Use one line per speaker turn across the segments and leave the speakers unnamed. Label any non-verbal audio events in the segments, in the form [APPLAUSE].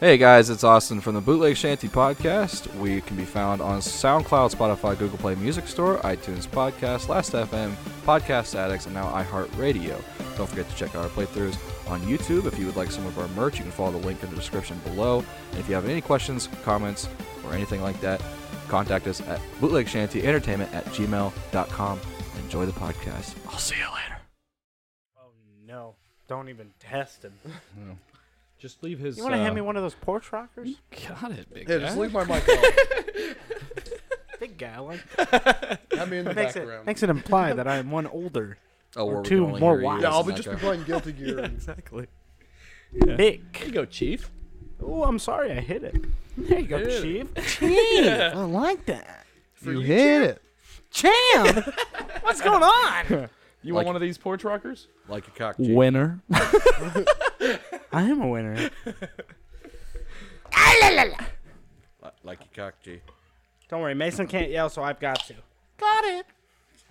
Hey guys, it's Austin from the Bootleg Shanty Podcast. We can be found on SoundCloud, Spotify, Google Play Music Store, iTunes Podcast, Last FM, Podcast Addicts, and now iHeartRadio. Don't forget to check out our playthroughs on YouTube. If you would like some of our merch, you can follow the link in the description below. And if you have any questions, comments, or anything like that, contact us at bootlegshantyentertainment at gmail.com. Enjoy the podcast. I'll see you later.
Oh no! Don't even test him.
Just leave his.
You want to hand me one of those porch rockers?
Got it, big
Yeah,
guy.
just leave my mic off.
Big guy, I like [LAUGHS]
I'm in the
makes
background.
it makes it imply that I'm one older.
Oh,
Or we can two only more hear you wise.
yeah, I'll be
Not
just be
going-
playing Guilty Gear. and
exactly.
There
Big.
you go, chief.
Oh, I'm sorry, I hit it. There you go,
Hit
[LAUGHS]
it.
Chief.
I like that.
you hit it.
Champ!
[LAUGHS] What's going on?
You
Like-
want one of these
[LAUGHS]
porch rockers?
Like a cock. G.
Winner.
I am a winner.
Li- Like a cock, G.
Don't worry, Mason can't yell, so I've got to.
Got it.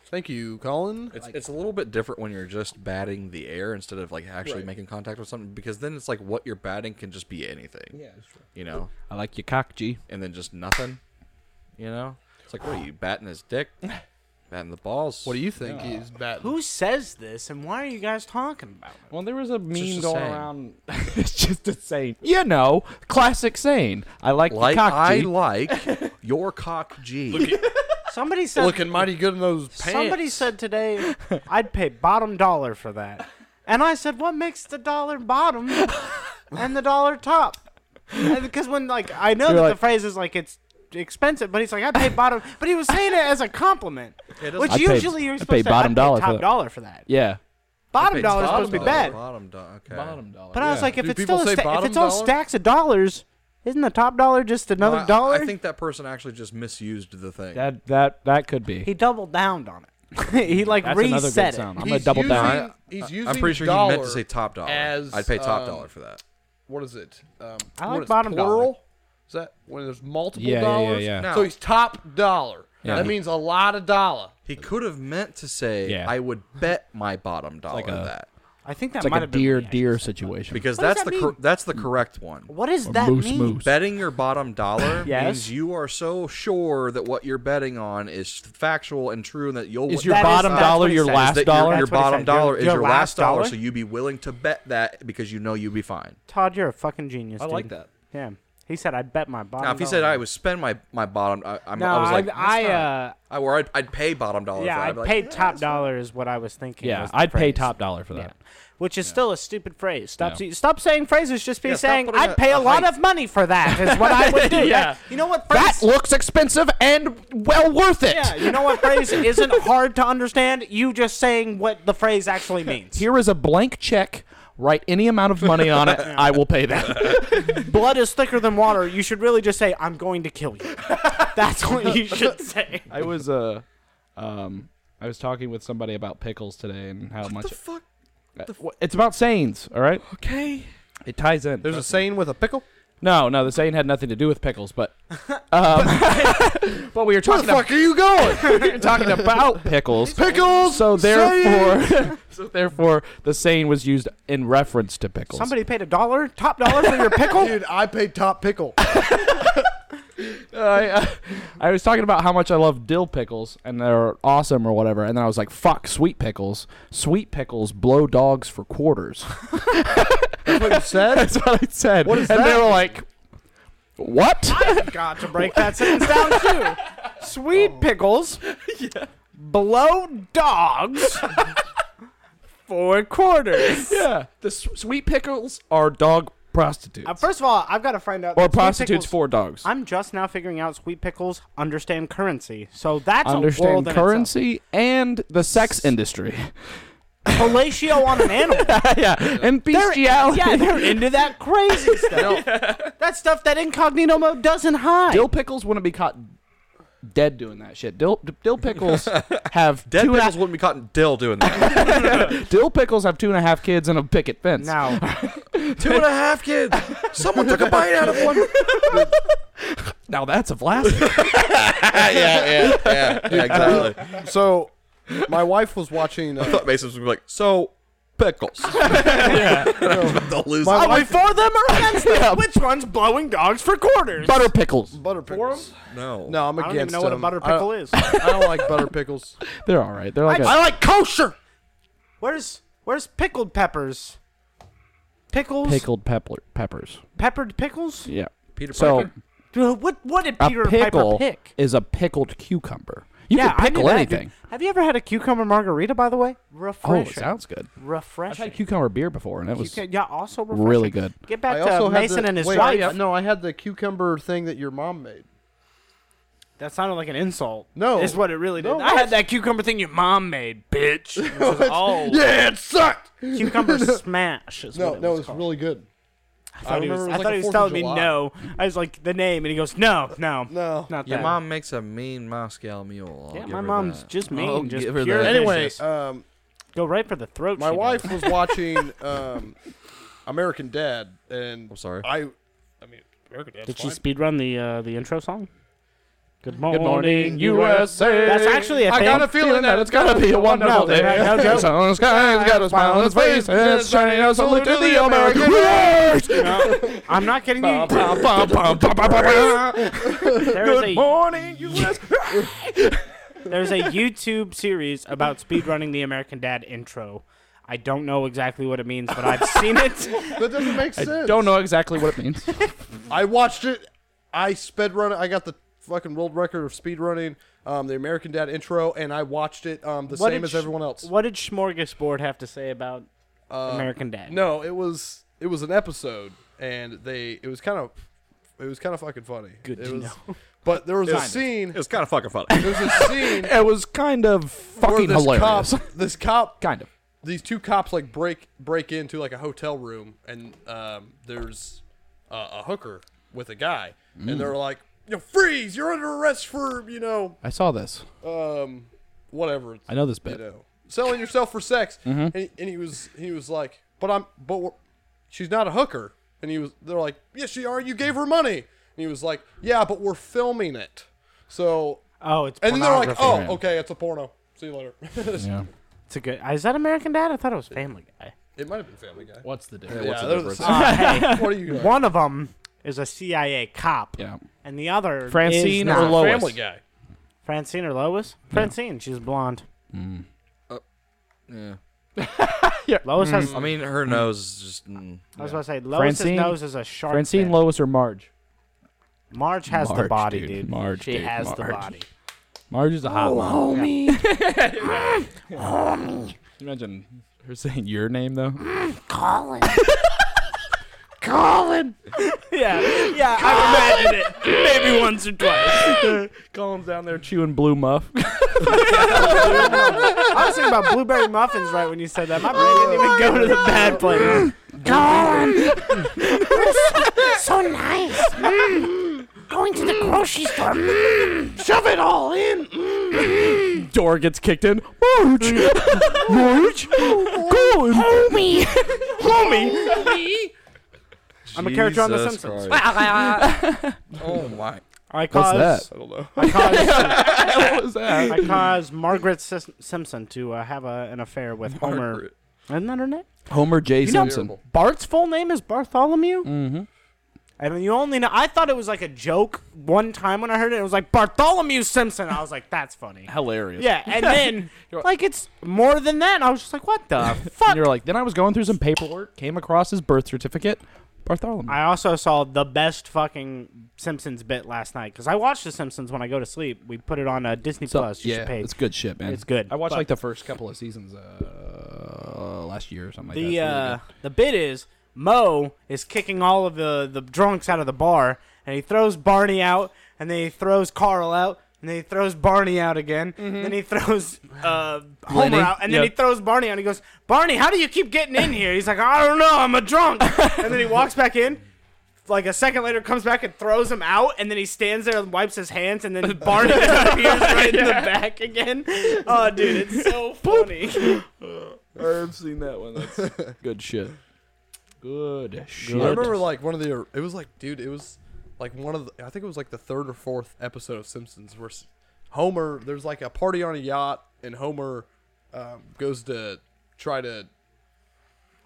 Thank you, Colin.
It's, it's a little bit different when you're just batting the air instead of like actually
Right.
making contact with something because then it's like what you're batting can just be anything. Yeah, you know,
I like your cock, G.
and then just nothing. You know, it's like what are you batting his dick, batting the balls?
What do you think is bad?
Who says this, and why are you guys talking about it?
Well, there was a meme
a
going
saying.
around. it's just a saying. [LAUGHS] You know, classic saying. I like,
like?
your cock,
I
G.
like
[LAUGHS]
your cock, G.
Somebody said.
Looking mighty good in those pants.
somebody said
[LAUGHS]
today, I'd pay bottom dollar for that, and I said, what makes the dollar bottom and the dollar top? And because when like I know
You're
that the
like-
phrase is like it's expensive, but he's like I pay bottom, but he was saying it as a compliment, which
I paid-
usually you're
I
supposed
paid
to
bottom
I'd pay
dollar for
top
that.
dollar for that.
yeah.
Bottom dollar is supposed to be
dollar,
bad,
Bottom dollar. Okay.
dollar.
but I was like, if
Do
it's
people
still a
say
sta- if
bottom
it's all
dollar?
stacks of dollars, isn't the top dollar just
No,
another
I-
dollar?
I think that person actually just misused the thing.
that that that could be.
he doubled down on it. [LAUGHS] he like
That's another
reset
good
it.
sound. I'm
He's
gonna double
No,
down.
I-
Using- he's
I- I'm
using
pretty sure he meant
dollar
to say top dollar.
as,
I'd pay top
um,
dollar for that.
What is it? Um,
I
when
like
it's
bottom dollar.
plural? Is that when there's multiple
Yeah, yeah, yeah,
dollars?
yeah.
No.
So he's top dollar.
Yeah.
That means a lot of dollar.
He could have meant to say,
Yeah.
"I would bet my bottom dollar
like a-
that,"
I think that
It's
might
like a
have been
deer
me, actually.
deer situation.
because
What does
that's
that
the cor- that's the correct one.
What does
Or
that
moose
mean?
moose.
Betting your bottom dollar
Yes.
means you are so sure that what you're betting on is factual and true, and that you'll
Is
win-
your
That is-
bottom
that's
dollar
what he
your
said.
is
last
that
dollar?
Your, your
That's what he
bottom
said. Your-
dollar is
your
your, last
last
dollar,
dollar?
so you'd be willing to bet that because you know you'd be fine.
Todd, you're a fucking genius.
I like
dude.
that.
Yeah. He said, "I bet my bottom."
Now, if he
dollar."
said I would spend my my bottom, I, I'm,
no,
I was like,
I,
"That's not-
uh,
I or I'd, I'd pay bottom dollar.
yeah,
for that.
I
I'd be like,
paid
"Yeah,
top
that's fine."
dollar is what I was thinking.
Yeah,
was the
I'd pay
phrase.
top dollar for that.
which is still a stupid phrase. Stop,
Yeah.
s- stop saying phrases. Just be
Yeah, stop
saying,
putting
"I'd
a-
pay a,
a
lot
height."
of money for that." Is what I
[LAUGHS]
would do. That-
Yeah.
you know what?
That
Phrase,
looks expensive and well worth it.
yeah, you know what phrase isn't hard to understand. You just saying what the phrase
[LAUGHS]
actually means.
Here is a blank check. Write any amount of money on it. I will pay
[LAUGHS]
that.
Blood is thicker than water. You should really just say, "I'm going to kill [LAUGHS] you." That's what you should say.
I was uh, um, I was talking with somebody about pickles today and how much.
The fuck?
it's about sayings, all right?
Okay.
It ties in.
There's a saying with a pickle.
no, no, the saying had nothing to do with pickles, but um, [LAUGHS] but we were
Where the
talking about,
fuck are you going?
[LAUGHS] we were talking about pickles.
[LAUGHS] Pickles.
So
saying.
therefore, [LAUGHS] so therefore, the saying was used in reference to pickles.
Somebody paid a dollar, top dollar for your pickle.
Dude, I paid top [LAUGHS] pickle.
I, uh, I was talking about how much I love dill pickles and they're awesome or whatever, and then I was like, "Fuck sweet pickles! Sweet pickles blow dogs for quarters." [LAUGHS]
That's what you said.
That's what I said.
What is
and they
that?
were like, "What?"
Got to break that sentence down too. Sweet
Oh. [LAUGHS]
pickles blow dogs for quarters.
yeah, the s- sweet pickles are dog prostitutes
Uh, first of all, I've got to find out.
or
that sweet pickles-
prostitutes for dogs.
I'm just now figuring out sweet pickles understand currency, so that's a world
Understand
in itself.
currency and the sex
[LAUGHS]
industry. [LAUGHS]
Fellatio on an animal.
yeah, and
They're,
[LAUGHS] bestiality.
yeah, they're into that crazy stuff. That stuff that incognito mode doesn't hide.
[LAUGHS] dill pickles wouldn't be caught dead doing that shit. Dill
[LAUGHS]
dill pickles have
Dead
two and a-
pickles wouldn't be caught in dill doing that.
Dill pickles have two and a half kids and a picket fence. [LAUGHS]
now,
Two and a half kids. Someone took a bite out of one.
Now that's a
[LAUGHS]
blasphemy.
[LAUGHS] yeah, yeah, yeah, exactly.
So, my wife was watching.
I
Uh,
thought Mason was gonna be like, so
[LAUGHS]
pickles. [LAUGHS] They'll lose.
My
Are we
wife
for them or against them? Which one's blowing dogs for quarters?
Butter pickles.
butter pickles.
no.
No, I'm
I
against
don't even know what a
them.
butter
I don't-
Uh,
pickle is.
[LAUGHS]
I don't like butter
[LAUGHS]
pickles.
They're all right. They're like a
I like kosher.
Where's where's pickled peppers? Pickles?
pickled pepper peppers.
Peppered pickles?
Yeah.
Peter
So
Piper?
Dude, what what did
a
Peter
pickle
Piper pick?
is a pickled cucumber. You
yeah,
can
I knew
pickle
that, dude.
anything.
Have you ever had a cucumber margarita? By the way,
Oh, it
refreshing.
sounds good. I've
refreshing.
had cucumber beer before, and it was
Cucu- yeah, also refreshing.
really good.
Get
I
back
also
to
had
Mason
the,
and his
wait,
wife.
I- no, I had the cucumber thing that your mom made.
That sounded like an insult.
No.
is what it really did.
No,
I had
what?
that cucumber thing your mom made,
[LAUGHS]
bitch. It was all
Yeah, it sucked. [LAUGHS]
cucumber smash. Is
No,
what it
no,
was
it's
called.
really good.
I thought he was,
remember it
I
was like
thought
a
he was
4th of
telling me
July.
no. I was like the name, and he goes no, no,
No.
not
Your
that.
mom makes a mean Moscow mule. I'll
Yeah,
give
my
her
mom's
that.
just mean,
I'll
just
give her
pure.
that.
Anyway,
Delicious.
um,
Go right for the throat.
my
she
wife [LAUGHS]
does.
was watching um, American Dad, and
I'm Oh, sorry.
I
Did she speed run the uh, the intro song? Good morning,
Good morning, USA.
That's actually a
I
thing.
got a feeling that it's gonna be a
No,
wonderful day.
no, no,
[LAUGHS] The sun's got got a smile on its face, and it's shining a salute to the American race. [LAUGHS]
No, I'm not kidding
[LAUGHS]
you.
Bum, bum, bum, bum, bum, bum, bum.
There's a
Morning, USA.
there's a YouTube series about speed running the American Dad intro. I don't know exactly what it means, but I've
[LAUGHS]
seen it.
that doesn't make sense.
Don't know exactly what it [LAUGHS] means.
I watched it. I sped run. I got the fucking world record of speed running. Um, the American Dad intro, and I watched it um, the
What
same
did
as
sh-
everyone else.
What did Smorgasbord have to say about American Dad?
Uh, No, it was it was an episode, and they it was kind of it was kind of fucking funny. Good it
to
was, [LAUGHS] But there was a scene.
It was kind of fucking funny.
There was a scene
It was kind of
where
fucking
this
hilarious.
cop, [LAUGHS] this cop,
[LAUGHS] Kind of.
these two cops like break break into like a hotel room, and um, there's uh, a hooker with a guy, and they're like, "You know, freeze! You're under arrest for you know
I saw this.
um, whatever."
I know this
you
bit. Mm-hmm.
know, selling yourself for sex. And, and he was he was like, but I'm but we're- she's not a hooker. And he was they're like, yes, she are. You gave her money. And he was like, yeah, but we're filming it. So
Oh, it's
and then they're like,
pornography.
oh, okay, it's a porno. See you later. [LAUGHS]
Yeah.
It's a good. Is that American Dad? I thought it was Family Guy.
it might have been Family Guy.
What's the difference?
Yeah,
what's the
they're
difference?
same.
Uh, [LAUGHS] hey,
what are
[LAUGHS]
you? Like?
one of them is a CIA cop,
Yeah.
and the other is
Francine or
not.
Lois?
Family Guy.
Francine or Lois? Francine. She's blonde.
Mm.
Yeah.
[LAUGHS] Lois
[LAUGHS]
has.
I
Mm.
mean, her nose is just. Mm.
I was about to say Lois's
Francine-
nose is a sharp.
Francine,
fin.
Lois, or Marge?
Marge has the
Marge,
body,
dude.
dude.
Marge,
she
dude,
has the
Marge.
body. [LAUGHS]
Marge is a
Oh,
hot one.
Homie. [LAUGHS]
Imagine her saying your name though.
Colin.
Colin. yeah, yeah. I've imagined it maybe once or twice.
[LAUGHS] Colin's down there chewing blue muff. [LAUGHS]
I was thinking about blueberry muffins right when you said that. My brain didn't even go to the bad place.
Colin. You're so, so nice. Mm. Going to the grocery store. Mm. Shove it all in. Mm.
Door gets kicked in. Marge, Marge, Colin, [LAUGHS]
Homie.
I'm a character on The
Jesus
Simpsons.
Christ.
Homie.
[LAUGHS] Oh my.
I
What's
cause.
that?
I don't know.
I
[LAUGHS]
cause.
What was that?
I caused Margaret Sis- Simpson to uh, have a, an affair with Homer.
Margaret.
Isn't that her name?
Homer J. Simpson.
Terrible.
Bart's full name is Bartholomew. Mm-hmm. And you only know. I thought it was like a joke one time when I heard it. It was like Bartholomew Simpson. I was like, that's funny.
Hilarious.
Yeah, and
[LAUGHS]
then like it's more than that. And I was just like, what the
And
fuck?
[LAUGHS] you're like, then I was going through some paperwork, came across his birth certificate, Bartholomew.
I also saw the best fucking Simpsons bit last night because I watch The Simpsons when I go to sleep. We put it on uh, Disney
So-
Plus. You
yeah,
should pay.
it's good shit, man.
It's good,
I watched
but-
like the first couple of seasons uh, last year or something like that. It's
the
really
uh,
good.
the bit is Mo is kicking all of the the drunks out of the bar, and he throws Barney out, and then he throws Carl out, and then he throws Barney out again, then he throws uh, Homer
Lenny,
out, and then he
yep.
throws Barney out. And he goes, "Barney, how do you keep getting in here?" He's like, "I don't know, I'm a drunk,"
[LAUGHS]
and then he walks back in. Like a second later, comes back and throws him out, and then he stands there and wipes his hands, and
[LAUGHS]
then Barney [LAUGHS] appears right in the back again. Oh, dude, it's so funny.
I've seen that one. That's good shit. Good shit.
I remember like one of the it was like dude it was like one of the, I think it was like the third or fourth episode of Simpsons where S- Homer there's like a party on a yacht and Homer um, goes to try to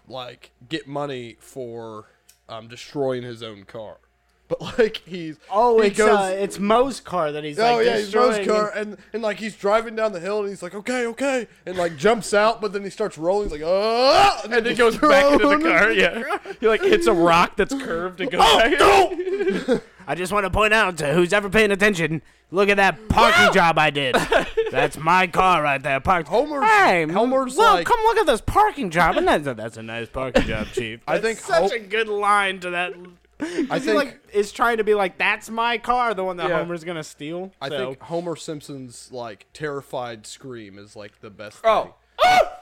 like get money for um, destroying his own car. [LAUGHS] But like he's
Oh,
he
it's
goes-
uh, it's Moe's car that he's.
Oh
like,
yeah, he's Rose
destroying.
car, and and like he's driving down the hill, and he's like, okay, okay, and like jumps out, but then he starts rolling, he's like, oh, and,
[LAUGHS]
then goes
back into the car. Yeah, he uh, [LAUGHS] like hits a rock that's curved and goes
Oh,
[LAUGHS]
back.
I just want to point out to who's ever paying attention. Look at that parking job I
[LAUGHS]
did. That's my car right there, parked.
Homer's-
Hey, m-
Homer's
look,
like-
come look at this parking job. And that's, that's a nice parking job, Chief.
[LAUGHS] I think
such
Hom-
a good line to that.
I
He
think
like is trying to be like, that's my car, the one that
Yeah.
Homer's gonna steal.
I
so.
think Homer Simpson's like terrified scream is like the best.
Oh.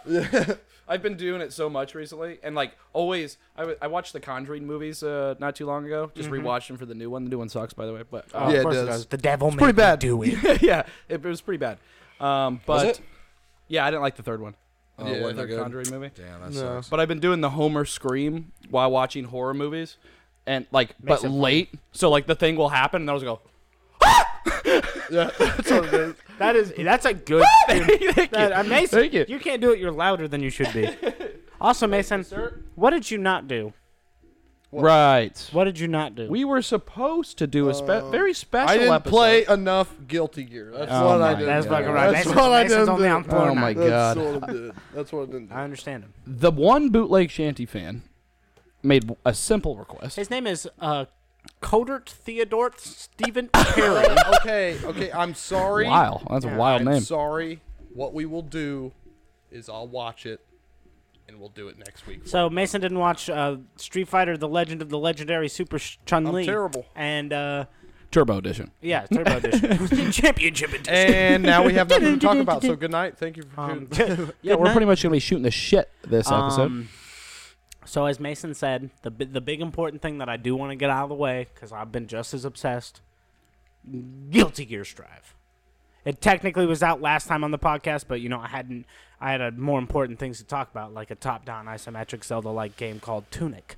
thing.
[LAUGHS] I've been doing it so much recently, and like always, I, w- I watched the Conjuring movies uh, not too long ago. Just
Mm-hmm.
rewatched them for the new one. The new one sucks, by the way, but uh,
yeah,
Of
it
course it
does.
does. The devil made
pretty
me
[LAUGHS]
bad.
do it.
[LAUGHS] yeah, it, it was pretty bad. Um, but
it?
yeah, I didn't like the third one.
Oh,
Uh,
Yeah,
what,
not
third
good.
Conjuring movie.
Damn, that sucks.
But I've been doing the Homer scream while watching horror movies, and like,
Makes it
but
funny.
late. So like the thing will happen, and I was go.
That is that's a good.
Thank
that, uh, Mason,
Thank you.
you can't do it. You're louder than you should be. Also, Mason, what did you not do?
Right.
What did you not do?
We were supposed to do a spe- very special
I didn't
episode.
play enough Guilty Gear. That's
Oh
what I
my
did.
That's
That's
fucking
fucking
right.
That's what I did.
only on
Oh my
That's
god.
what I did. That's what I did.
[LAUGHS]
I understand him.
The one bootleg shanty fan made a simple request.
His name is uh, Codert Theodore Stephen Perry.
okay, okay. I'm sorry.
Wow, that's a wild
I'm
name.
sorry. What we will do is I'll watch it, and we'll do it next week.
so Mason didn't watch uh, Street Fighter: The Legend of the Legendary Super Chun Li.
I'm terrible.
And uh,
Turbo edition.
yeah, Turbo Edition, [LAUGHS] Championship
[LAUGHS]
Edition.
And now we have nothing to talk about. So good night. Thank you for
Um, [LAUGHS]
tuning.
Yeah, we're pretty much gonna be shooting the shit this episode.
Um, so as Mason said, the bi- the big important thing that I do want to get out of the way because I've been just as obsessed. Guilty Gear Strive. It technically was out last time on the podcast, but you know I hadn't. I had uh more important things to talk about, like a top-down isometric Zelda-like game called Tunic,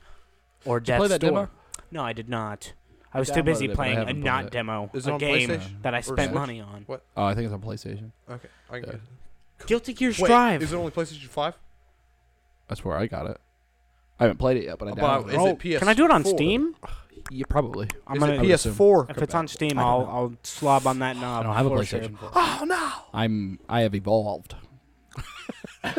or Death's
that
Door.
demo?
No, I did not. I was
I
too busy
downloaded it, but I
playing a
haven't played
not
it.
demo,
Is it
a
on
game
PlayStation?
that I spent
Switch?
money on.
What?
oh, I think it's on PlayStation.
Okay. I can get it.
Guilty Gear
Wait,
Strive.
Is it only PlayStation Five?
That's where I got it. I haven't played it yet, but I
But
downloaded
is
it.
it PS?
Can I do it on Steam?
Yeah, probably.
I'm
Is
gonna
it PS4?
If it's on Steam, I'll, I'll slob on that knob.
I don't have a
for sure.
PlayStation. Oh no! I'm. I have evolved.
[LAUGHS]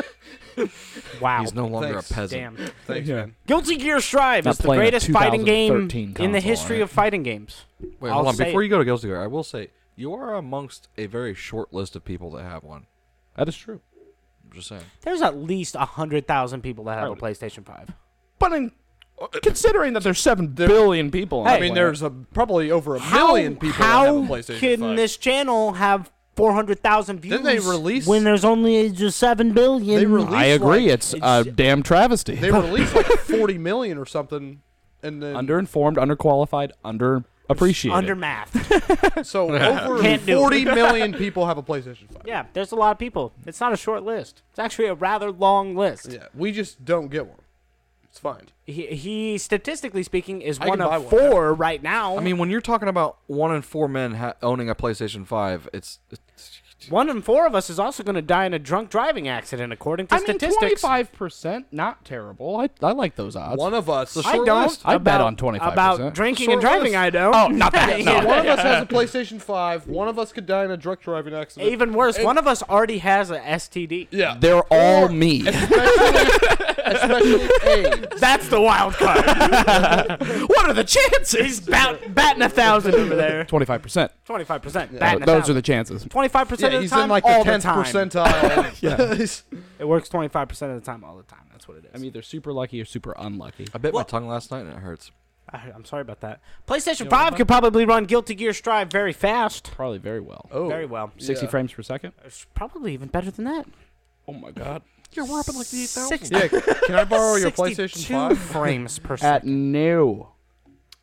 Wow.
He's no longer
Thanks.
a peasant.
Damn.
Thanks,
Yeah.
man.
Guilty Gear Strive
Not
is the
playing a
greatest fighting game
2013
in the
console,
history
right?
of fighting games.
Wait,
I'll
hold on.
say
Before
it.
you go to Guilty Gear, I will say you are amongst a very short list of people that have one.
That is true.
I'm just saying.
There's at least 100,000 people that have a PlayStation 5.
But in, considering that there's seven billion people, on
Hey.
the
I mean,
planet,
there's a, probably over a
How-
million people
how
that have a PlayStation
can
5.
this channel have 400,000 views
Didn't they release-
when there's only just 7 billion?
They released
I agree.
Like,
it's, a damn travesty.
they released like 40 million or something, and then
[LAUGHS] underinformed, underqualified, underappreciated.
under math. [LAUGHS]
so over
Can't do it. [LAUGHS]
40 million people have a PlayStation 5.
yeah, there's a lot of people. It's not a short list. It's actually a rather long list.
Yeah, we just don't get one. It's fine.
He, he, statistically speaking, is
I
one
can buy
of
one.
four right now.
I mean, when you're talking about one in four men ha- owning a PlayStation 5, it's, it's
One in four of us is also going to die in a drunk driving accident, according to
I mean,
statistics.
twenty-five percent, not terrible. I, I like those odds.
One of us.
I
Short
don't.
list.
I bet
About-
on 25%.
About drinking and
Short
driving,
list.
I don't. Oh, not [LAUGHS] that.
So one of us has a PlayStation 5. One of us could die in a drunk driving accident.
Even [LAUGHS] worse,
And-
one of us already has a [LAUGHS] STD.
yeah.
They're [LAUGHS] all me.
especially AIDS.
That's the wild [LAUGHS] card. what are the chances? He's bat, batting a thousand over there.
Twenty-five percent.
[LAUGHS] Twenty-five percent.
Those are the chances.
twenty-five percent
Yeah,
of the
he's
time.
in like the
all the
10th
time. [LAUGHS]
percentile. [LAUGHS] yeah.
It works twenty-five percent of the time, all the time. That's what it is.
I'm either super lucky or super unlucky.
I bit my tongue last night and it hurts.
I, I'm sorry about that. PlayStation Five could probably run Guilty Gear Strive very fast,
Probably very well.
Oh.
very well.
Sixty
yeah.
frames per second.
It's probably even better than that.
Oh my god.
Yeah, we're up at like the 8,000.
Six-
Yeah, can I
[LAUGHS]
borrow your PlayStation
62
[LAUGHS] 5?
frames per
At
second.
no.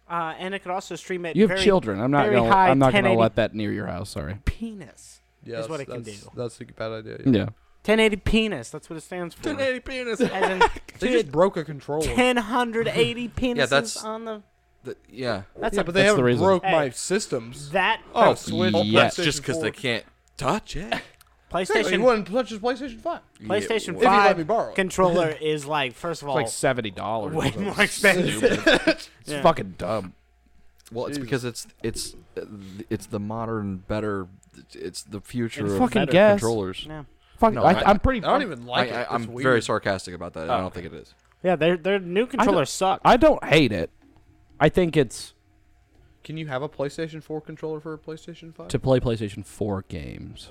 Uh, and it could also stream at
You have
very
children. I'm not
very
gonna.
high
I'm not gonna
1080p.
let that near your house. Sorry.
penis.
Yeah,
is what it
that's-
can
that's-
do.
That's a bad idea. yeah.
Yeah.
1080 penis. That's what it stands for.
1080 penis.
[LAUGHS]
[LAUGHS]
As in
They just broke a controller. [LAUGHS]
1080 penises
that's-
on the.
Th- yeah.
That's
Yeah,
a,
but they
That's the
haven't
reason.
broke
Hey.
my systems.
that.
Oh, Switch.
Yeah. That's
Just because they can't touch it.
He
PlayStation
wouldn't touch his PlayStation Five.
PlayStation
If you let me
Five
borrow it. [LAUGHS]
controller is like first of all
like seventy dollars. [LAUGHS]
way more expensive.
It's fucking dumb.
[LAUGHS] Well, it's because it's it's uh, th- it's the modern, better, it's the future
It's
of
fucking
better
guess.
controllers.
Yeah.
Fuck
No,
I,
I-
I, am pretty.
I don't even like
I,
it.
I, I'm
It's weird.
very sarcastic about that. I don't think it is.
Yeah, their their new controllers suck.
I don't hate it. I think it's
Can you have a PlayStation Four controller for a PlayStation Five?
to play PlayStation Four games.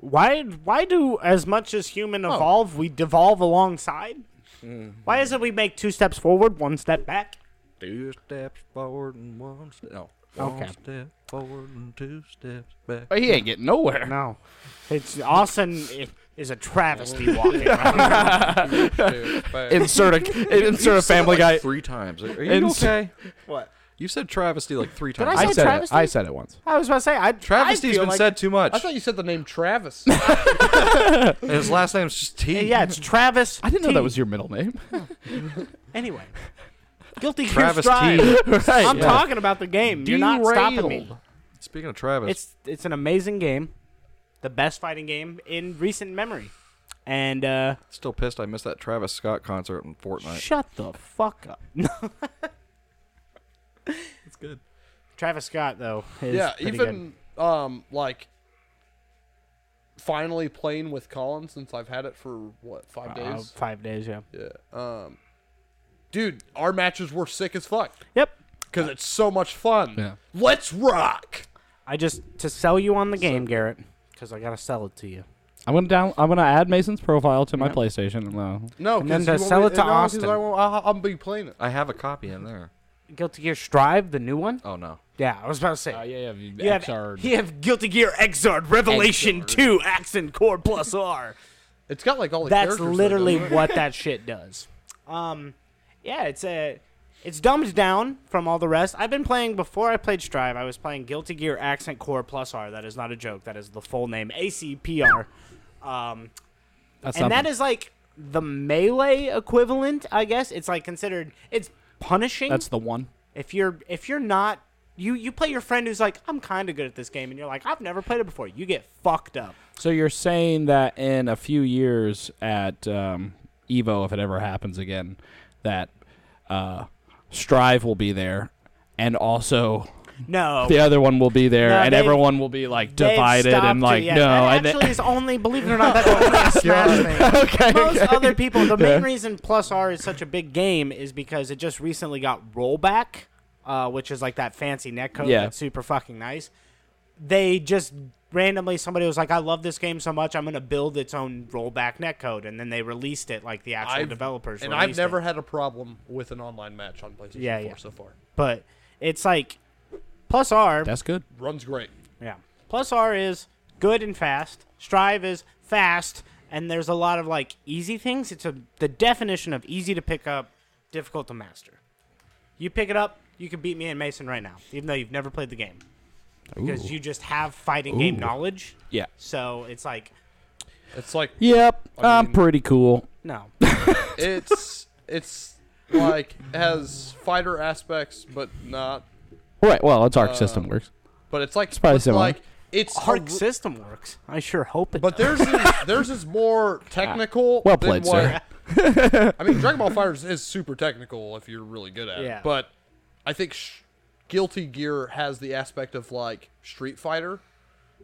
Why why do as much as human
Oh.
evolve, we devolve alongside?
Mm.
Why is it we make two steps forward, one step back?
Two steps forward and one step. No.
Okay.
One step forward and two steps back.
He ain't getting nowhere.
No, it's Austin i- is a travesty walking. around.
[LAUGHS] Insert
[LAUGHS]
a [LAUGHS] insert a Family Guy.
Three times. Are you
Ins-
okay?
What?
You said travesty like three
I
times.
say
I said it.
travesty?
I said it once.
I was about to say I
Travesty's
I feel
been
like-
said too much.
I thought you said the name Travis.
And his last name's just T.
[LAUGHS] Yeah, it's Travis.
I didn't know that was your middle name.
anyway. Guilty Travis
Travis
Drive.
T.
[LAUGHS]
[LAUGHS]
I'm talking about the game. You're not stopping me.
Derailed.
[LAUGHS] Speaking of Travis,
It's it's an amazing game, the best fighting game in recent memory, and uh,
still pissed I missed that Travis Scott concert in Fortnite.
Shut the fuck up. [LAUGHS] it's good. Travis Scott though. Is
yeah,
pretty
even um like finally playing with Colin since I've had it for what five
good. Uh,
days.
five days. Yeah.
yeah. Um, dude, our matches were sick as fuck
Yep.
because it's so much fun.
Yeah.
Let's rock.
I just to sell you on the game, Garrett, because I gotta sell it to you.
I'm gonna down. I'm gonna add Mason's profile to my PlayStation. And, uh,
No,
And then
'cause
to
you won't
sell
be-
it to
no, 'cause
Austin.
I won't, I'll, I'll be playing it.
I have a copy in there.
Guilty Gear Strive, the new one. Uh,
Oh no.
Oh, Yeah, I was about to say.
yeah,
you have, you have Guilty Gear Xrd Revelation 2 Accent Core Plus [LAUGHS] R.
It's got like all the
That's
characters. though,
literally
doesn't it?
what that shit does. Um, yeah, it's a, it's dumbed down from all the rest. I've been playing before I played Strive. I was playing Guilty Gear Accent Core Plus R. That is not a joke. That is the full name ACPR. Um,
That's
and that is like the melee equivalent, I guess. It's like considered it's punishing
that's the one.
if you're if you're not you you play your friend who's like I'm kind of good at this game, and you're like I've never played it before. You get fucked up.
So you're saying that in a few years at um, Evo, if it ever happens again, that uh, Strive will be there, and also
No,
the other one will be there,
Oh. No,
and
they-
everyone will be like
They've
divided
stopped
and
it,
like
yeah.
no.
That
and
actually is only believe it or not that's only a Smash thing.
[LAUGHS] okay,
Most
okay.
other people, the
Yeah.
main reason Plus R is such a big game is because it just recently got rollback, uh, which is like that fancy netcode
Yeah.
that's super fucking nice. They just randomly somebody was like, "I love this game so much, I'm gonna build its own rollback netcode," and then they released it like the actual
I've-
developers.
And I've
released it.
never had a problem with an online match on PlayStation
Yeah,
4
yeah.
so far.
but it's like plus R.
That's good.
Runs great.
yeah. Plus R is good and fast. Strive is fast, and there's a lot of like easy things. It's a the definition of easy to pick up, difficult to master. You pick it up, you can beat me and Mason right now, even though you've never played the game, because you just have fighting game knowledge.
Yeah.
So it's like [LAUGHS]
It's like
Yep, I am
mean-
pretty cool.
no,
it's it's like has fighter aspects, but not.
Right. Well, it's arc system works.
But it's like it's
probably similar.
like it's a
Arc
li-
system works. I sure hope it.
But
does.
theirs is, theirs is
[LAUGHS]
more technical.
Ah. Well
than
played,
what-
sir.
[LAUGHS] I mean, Dragon Ball Fighters is super technical if you're really good at
Yeah.
it. But I think sh- Guilty Gear has the aspect of like Street Fighter,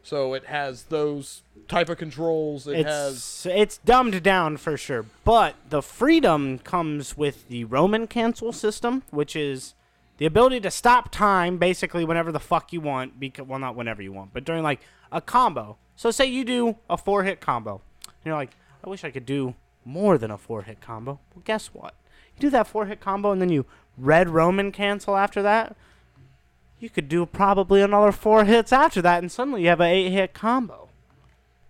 so it has those type of controls. It
it's
has
it's dumbed down for sure, but the freedom comes with the Roman cancel system, which is the ability to stop time basically whenever the fuck you want. Because well, not whenever you want, but during like a combo. So say you do a four hit combo, and you're like, I wish I could do more than a four hit combo. Well, guess what? You do that four hit combo, and then you red Roman cancel after that. You could do probably another four hits after that, and suddenly you have an eight hit combo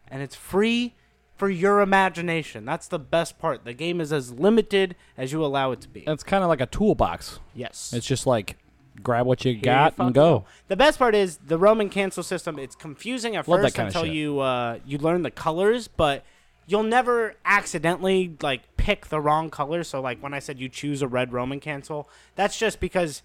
and it's free for your imagination. That's the best part. The game is as limited as you allow it to be.
It's kind of like a toolbox.
yes.
It's just like grab what you
Here you
got
fucking
and [LAUGHS] go.
The best part is the Roman cancel system. It's confusing at
Love that
first
kinda
until
shit.
you uh, you learn the colors, but you'll never accidentally like pick the wrong color. So like when I said you choose a red Roman cancel, that's just because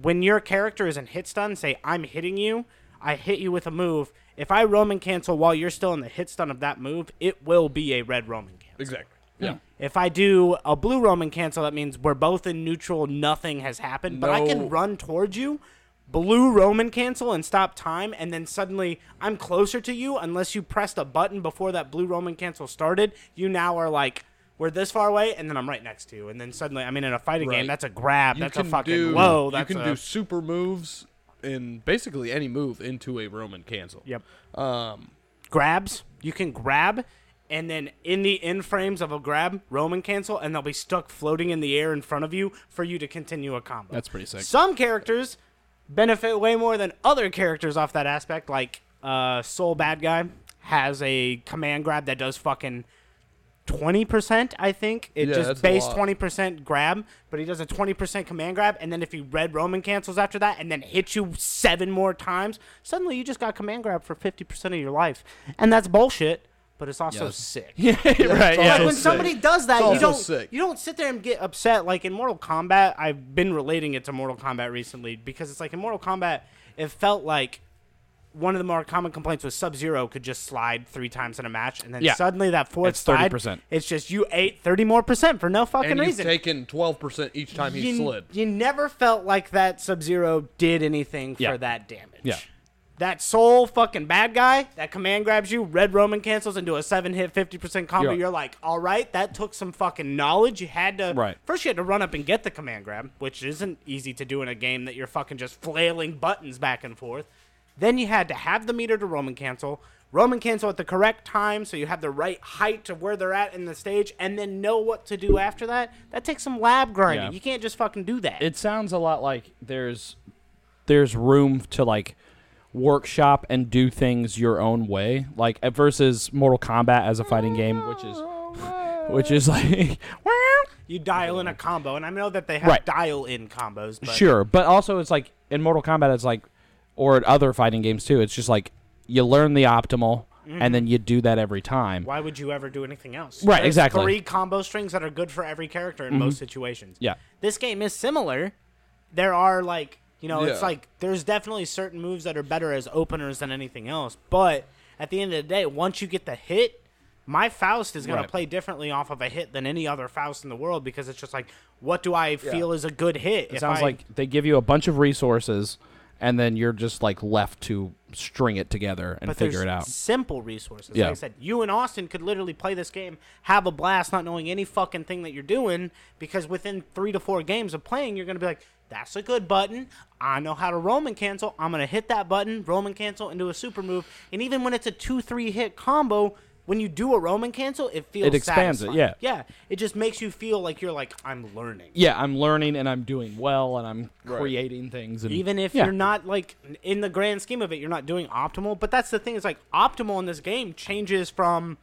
when your character is in hit stun, say I'm hitting you, I hit you with a move, If I Roman cancel while you're still in the hit stun of that move, it will be a red Roman cancel.
Exactly.
Hmm.
Yeah.
If I do a blue Roman cancel, that means we're both in neutral, nothing has happened, but I
No.
can run towards you, blue Roman cancel, and stop time, and then suddenly I'm closer to you unless you pressed a button before that blue Roman cancel started. You now are like, we're this far away, and then I'm right next to you, and then suddenly I'm in a fighting game.
Right.
That's a grab.
You
that's a
can
fucking
do,
whoa. That's
you can
a,
do super moves in basically any move into a Roman cancel.
Yep.
Um,
grabs. You can grab, and then in the end frames of a grab, Roman cancel, and they'll be stuck floating in the air in front of you for you to continue a combo.
That's pretty sick.
Some characters benefit way more than other characters off that aspect. Like uh, Soul Bad Guy has a command grab that does fucking. 20%, I think. It
Yeah, that's
just
a
base
lot.
20% grab, but he does a 20% command grab, and then if he red Roman cancels after that and then hits you seven more times, suddenly you just got command grab for 50% of your life. And that's bullshit, but it's also
Yes.
sick.
right.
yeah.
Like when
It's sick.
somebody does that,
It's
you
also
don't
sick.
you don't sit there and get upset. Like in Mortal Kombat, I've been relating it to Mortal Kombat recently because it's like in Mortal Kombat, it felt like one of the more common complaints was Sub Zero could just slide three times in a match, and then
Yeah.
suddenly that fourth
It's
slide,
30%.
It's just you ate thirty more percent for no fucking
and he's
reason.
taken twelve percent each time he
you,
slid.
you never felt like that Sub Zero did anything
Yeah.
for that damage.
Yeah.
That soul fucking bad guy, that command grabs you, red Roman cancels into a seven hit 50% combo.
Yeah.
You're like, all right, that took some fucking knowledge. You had to,
Right.
first, you had to run up and get the command grab, which isn't easy to do in a game that you're fucking just flailing buttons back and forth. Then you had to have the meter to Roman cancel, Roman cancel at the correct time so you have the right height of where they're at in the stage, and then know what to do after that. That takes some lab grinding.
Yeah.
You can't just fucking do that.
it sounds a lot like there's there's room to like workshop and do things your own way like uh, versus mortal kombat as a fighting game which is [LAUGHS] which is like
you dial in a combo, and I know that they have
Right.
dial in combos, but.
sure but also it's like in mortal kombat it's like or in other fighting games too it's just like you learn the optimal and then you do that every time
Mm-hmm. Why would you ever do anything else?
Right, exactly. Mm-hmm.
Three combo strings that are good for every character in most situations.
Yeah.
This game is similar. There are like, you know, it's
Yeah.
like there's definitely certain moves that are better as openers than anything else, but at the end of the day, once you get the hit, my Faust is going to
Right.
play differently off of a hit than any other Faust in the world because it's just like what do I feel is a good hit?
it sounds like they give you a bunch of resources and then you're just like left to string it together and
but
figure
there's
it out
Simple resources.
Yeah.
Like I said, you and Austin could literally play this game, have a blast, not knowing any fucking thing that you're doing, because within three to four games of playing, you're gonna be like, "That's a good button. I know how to Roman cancel. I'm gonna hit that button, Roman cancel, into a super move. And even when it's a two-three hit combo." When you do a Roman cancel, it feels
It expands it,
satisfying.
yeah.
yeah. It just makes you feel like you're like I'm learning.
yeah, I'm learning and I'm doing well and I'm creating things. And,
even if
yeah.
you're not like in the grand scheme of it you're not doing optimal but that's the thing is like optimal in this game changes from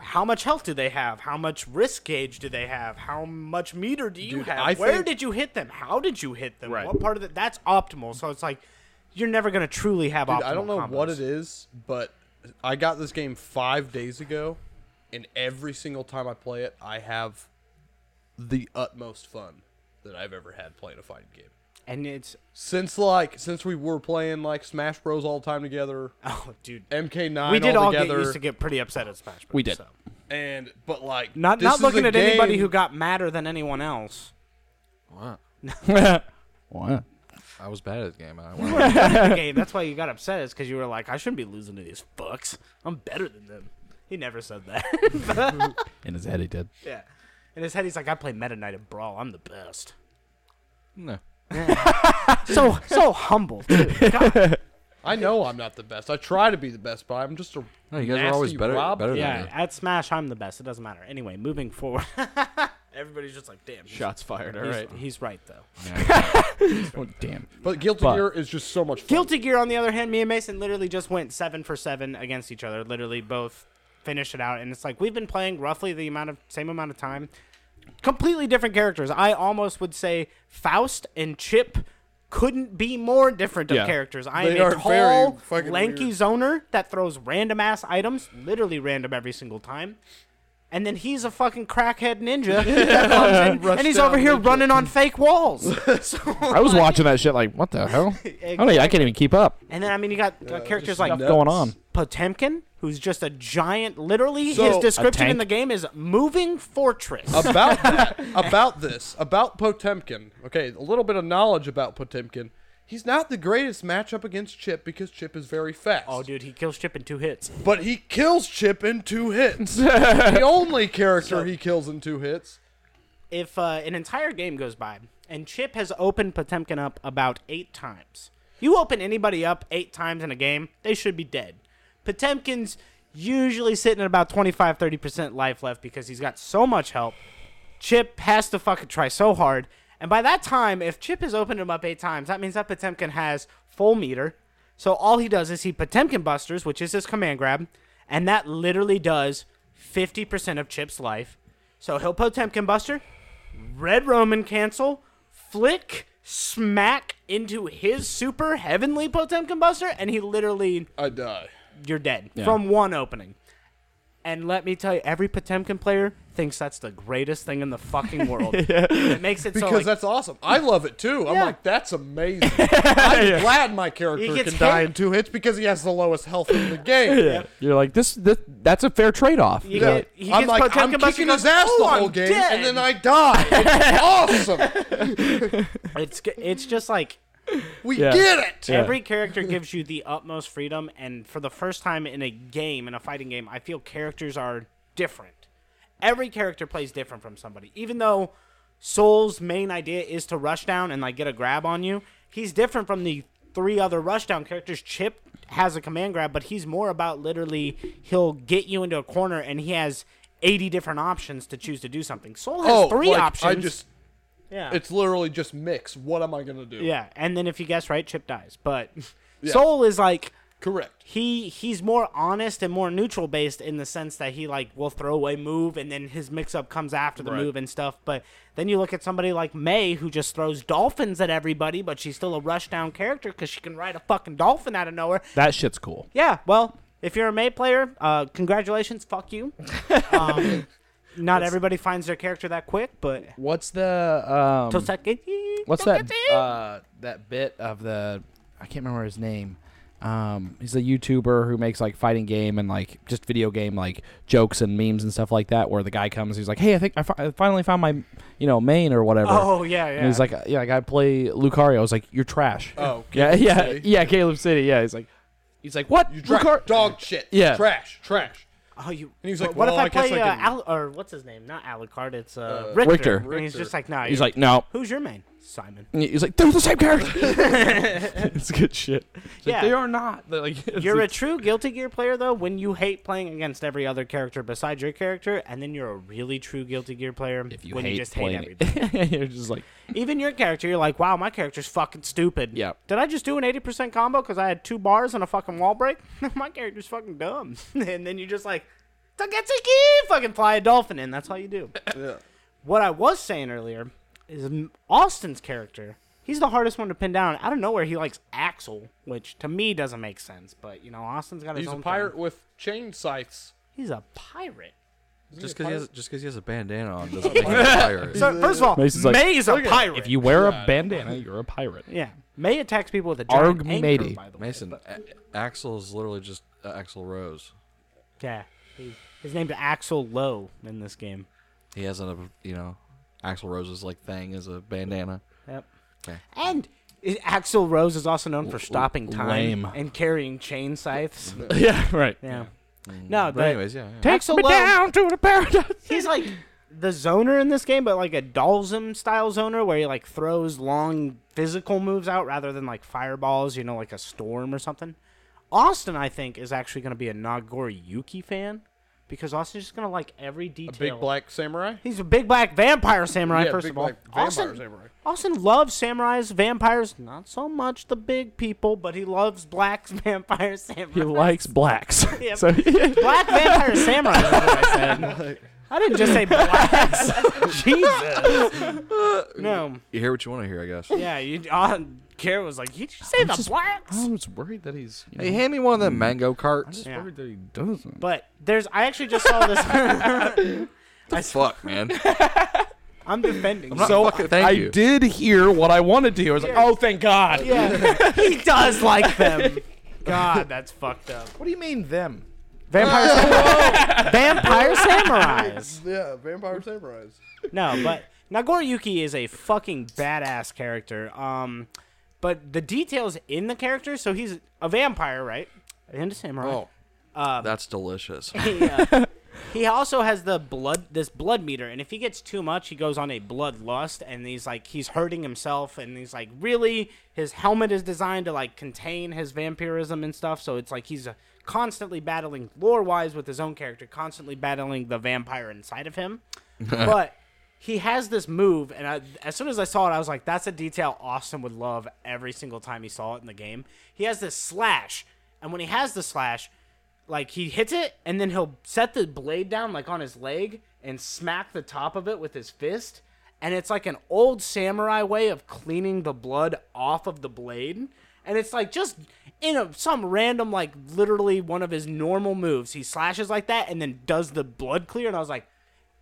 how much health do they have how much risk gauge do they have how much meter do you
Dude,
have
I
where
think-
did you hit them how did you hit them
Right.
what part of it that's optimal so it's like you're never going to truly have
Dude,
optimal
I don't know what
combos.
it is, but I got this game five days ago, and every single time I play it, I have the utmost fun that I've ever had playing a fighting game.
and it's [LAUGHS]
Since like since we were playing like Smash Bros all the time together,
oh dude
MK9
we did all
together,
get used to get pretty upset at smash Bros,
We did.
so.
and but like
not
this
not
is
looking
a
at anybody
game-
who got madder than anyone else
what?
I was bad at the game. and I won.
game. That's why you got upset is because you were like, I shouldn't be losing to these fucks. I'm better than them. He never said that. [LAUGHS]
In his head, he did.
yeah. In his head, he's like, I play Meta Knight and Brawl. I'm the best.
no.
So so humble. Too.
I know I'm not the best. I try to be the best, but I'm just a
No, you guys are always
Nasty
better,
Rob?
better than
[LAUGHS] Yeah.
me.
At Smash, I'm the best. It doesn't matter. Anyway, moving forward. [LAUGHS] Everybody's just like, damn. he's-
Shots fired. All
he's,
right.
He's right though.
Oh,
[LAUGHS]
damn.
but Guilty
But-
Gear is just so much fun.
Guilty Gear, on the other hand, me and Mason literally just went seven for seven against each other. Literally both finished it out, and it's like we've been playing roughly the amount of same amount of time. Completely different characters. I almost would say Faust and Chip couldn't be more different of
Yeah.
characters. I
They
am
are
a
very
tall,
fucking
lanky
weird.
zoner that throws random ass items, literally random every single time. and then he's a fucking crackhead
[LAUGHS]
ninja that comes in,
Rushed
and he's
down
over here
ninja.
running on fake walls.
[LAUGHS]
So,
I was watching that shit like, what the
[LAUGHS]
hell? I, don't, I can't even keep up.
and then I mean, you got uh, characters
Stuff
like
going on.
Potemkin, who's just a giant. Literally,
So-
his
A
description in
tank.
the game is moving fortress. [LAUGHS]
about that, about this, about Potemkin. Okay, a little bit of knowledge about Potemkin. He's not the greatest matchup against Chip because Chip is very fast.
oh, dude, he kills Chip in two hits.
But he kills Chip in
[LAUGHS]
two hits. the only character he kills in two hits.
If uh, an entire game goes by and Chip has opened Potemkin up about eight times, you open anybody up eight times in a game, they should be dead. Potemkin's usually sitting at about 25 30% life left because he's got so much help. Chip has to fucking try so hard. And by that time, if Chip has opened him up eight times, that means that Potemkin has full meter. So all he does is he Potemkin busters, which is his command grab, and that literally does 50% of Chip's life. So he'll Potemkin buster, Red Roman cancel, flick, smack into his super heavenly Potemkin buster, and he literally
I die.
you're dead from one opening. And let me tell you, every Potemkin player thinks that's the greatest thing in the fucking world. It makes it
Because
so like,
that's awesome. I love it too. I'm
Yeah.
like,
[LAUGHS]
that's amazing. I'm glad my character
He
can
gets
die
hit.
in two hits because he has the lowest health in the game.
You're like, this, this that's a fair trade off.
you
Yeah.
get, he
I'm
gets
like,
Potemkin
I'm
buster,
kicking
he
his
goes,
ass the
"Oh, I'm
whole game,
dead."
and then I die.
[LAUGHS]
It's awesome.
it's g- it's just like
We
Yeah.
get it.
Yeah.
every character gives you the utmost freedom, and for the first time in a game, in a fighting game, I feel characters are different. Every character plays different from somebody, even though Soul's main idea is to rush down and like get a grab on you. He's different from the three other rushdown characters. Chip has a command grab, but he's more about literally he'll get you into a corner and he has 80 different options to choose to do something. Soul has
Oh,
three
like,
options.
I just,
yeah.
it's literally just mix. What am I gonna do?
yeah, and then if you guess right, Chip dies. But Soul is like
Correct.
he he's more honest and more neutral based in the sense that he like will throw a move and then his mix up comes after the move and stuff. But then you look at somebody like May who just throws dolphins at everybody, but she's still a rush down character because she can ride a fucking dolphin out of nowhere.
That shit's cool.
Yeah, well, if you're a May player, uh, congratulations, fuck
[LAUGHS]
you. Um, not everybody finds their character that quick, but
Hmm.
What's the um,
What's that? Uh, that bit of the I can't remember his name. Um, he's a YouTuber who makes like fighting game and like just video game like jokes and memes and stuff like that. Where the guy comes, he's like, "Hey, I think I, fi- I finally found my you know main or whatever."
Oh yeah, yeah.
And he's like, "Yeah, I gotta play Lucario." I was like, "You're trash." [LAUGHS]
Oh,
yeah,
Caleb
yeah,
City.
yeah. Caleb City. Yeah, he's like, he's like, "What?
You dra-
Lucar-
dog shit.
Yeah.
Trash. Trash.
Oh, you.
And he's like,
what
"Well,
if I,
I guess
play
I
uh,
can-"
Al- or what's his name? Not Alucard. It's uh, Richter.
Richter.
And he's
Richter.
just like, nah.
He's
you're-
like, "No."
who's your man? Simon.
And he's like, "They're the
[LAUGHS]
same character." [LAUGHS] it's good shit. It's like,
Yeah.
they are not. They're like, [LAUGHS] it's-
You're a true Guilty Gear player though when you hate playing against every other character besides your character, and then you're a really true Guilty Gear player
if you
when
hate
you just hate
playing
everything.
it. [LAUGHS] you're just like,
Even your character, you're like, wow, my character's fucking stupid.
Yeah.
Did I just do an 80% combo because I had two bars and a fucking wall break? [LAUGHS] my character's fucking dumb. [LAUGHS] and then you're just like, Takatsuki! Fucking fly a dolphin in. That's all you
[LAUGHS]
do. What I was saying earlier is um, Austin's character. He's the hardest one to pin down. Out of nowhere, he likes Axel, which to me doesn't make sense. But you know, Austin's got his
He's a
own.
pirate
thing.
with chain scythes.
He's a pirate.
Just because he has just because he has a bandana on doesn't make him a pirate.
So first of all,
Mason's like,
May's a pirate.
If you wear a bandana, you're a pirate.
yeah, May attacks people with a
Arg
giant anchor,
matey.
by the way.
Mason, a- Axel's literally just uh, Axel Rose.
Yeah. He, his name's Axel Lowe in this game.
He has a you know, Axel Rose's like thing as a bandana.
Yep.
Okay.
And i- Axel Rose is also known for stopping time
lame. Mm-hmm.
and carrying chain scythes.
[LAUGHS] yeah, right.
Yeah. No,
But
but
anyways, yeah. yeah.
Axel
me
Lowe,
down to
[LAUGHS]
the paradise.
he's like the zoner in this game, but like a Dalsum style zoner where he like throws long physical moves out rather than like fireballs, you know, like a storm or something. Austin, I think, is actually going to be a Nagori Yuki fan because Austin's just going to like every
A
detail.
big black samurai.
He's a big black vampire samurai,
Yeah,
first
big
of all.
black vampire
Austin,
samurai.
Austin loves samurais, vampires, not so much the big people, but he loves [LAUGHS] blacks, vampires, [LAUGHS]
He
samurais.
likes blacks. [LAUGHS]
Yep.
So
black vampire samurais. is what I said. I didn't just say blacks. Jesus. No.
You hear what you want to hear, I guess.
Yeah, you. Uh, Kara was like, "You just say the blacks."
I'm just worried that he's. You know,
Hey, hand me one of them mango carts.
Yeah.
worried that he doesn't.
But there's. I actually just saw this. [LAUGHS]
Fuck, man.
I'm defending.
I'm not
so
fucking, thank
I
you.
did hear what I wanted to hear. I was like, oh, thank God.
yeah, [LAUGHS] he does like them. God, that's fucked up.
What do you mean them?
Vampire, [LAUGHS] vampire samurais.
Yeah, vampire samurais.
No, but Nagoro Yuki is a fucking badass character. Um, but the details in the character. So he's a vampire, right? And a samurai.
Oh, that's delicious.
He, uh, he also has the blood, this blood meter, and if he gets too much, he goes on a bloodlust, and he's like, he's hurting himself, and he's like, really, his helmet is designed to like contain his vampirism and stuff, so it's like he's uh, constantly battling lore-wise with his own character, constantly battling the vampire inside of him, but. He has this move, and I, as soon as I saw it, I was like, "That's a detail Austin would love every single time he saw it in the game." He has this slash, and when he has the slash, like he hits it and then he'll set the blade down like on his leg and smack the top of it with his fist and it's like an old samurai way of cleaning the blood off of the blade and it's like just in a, some random like literally one of his normal moves he slashes like that and then does the blood clear and i was like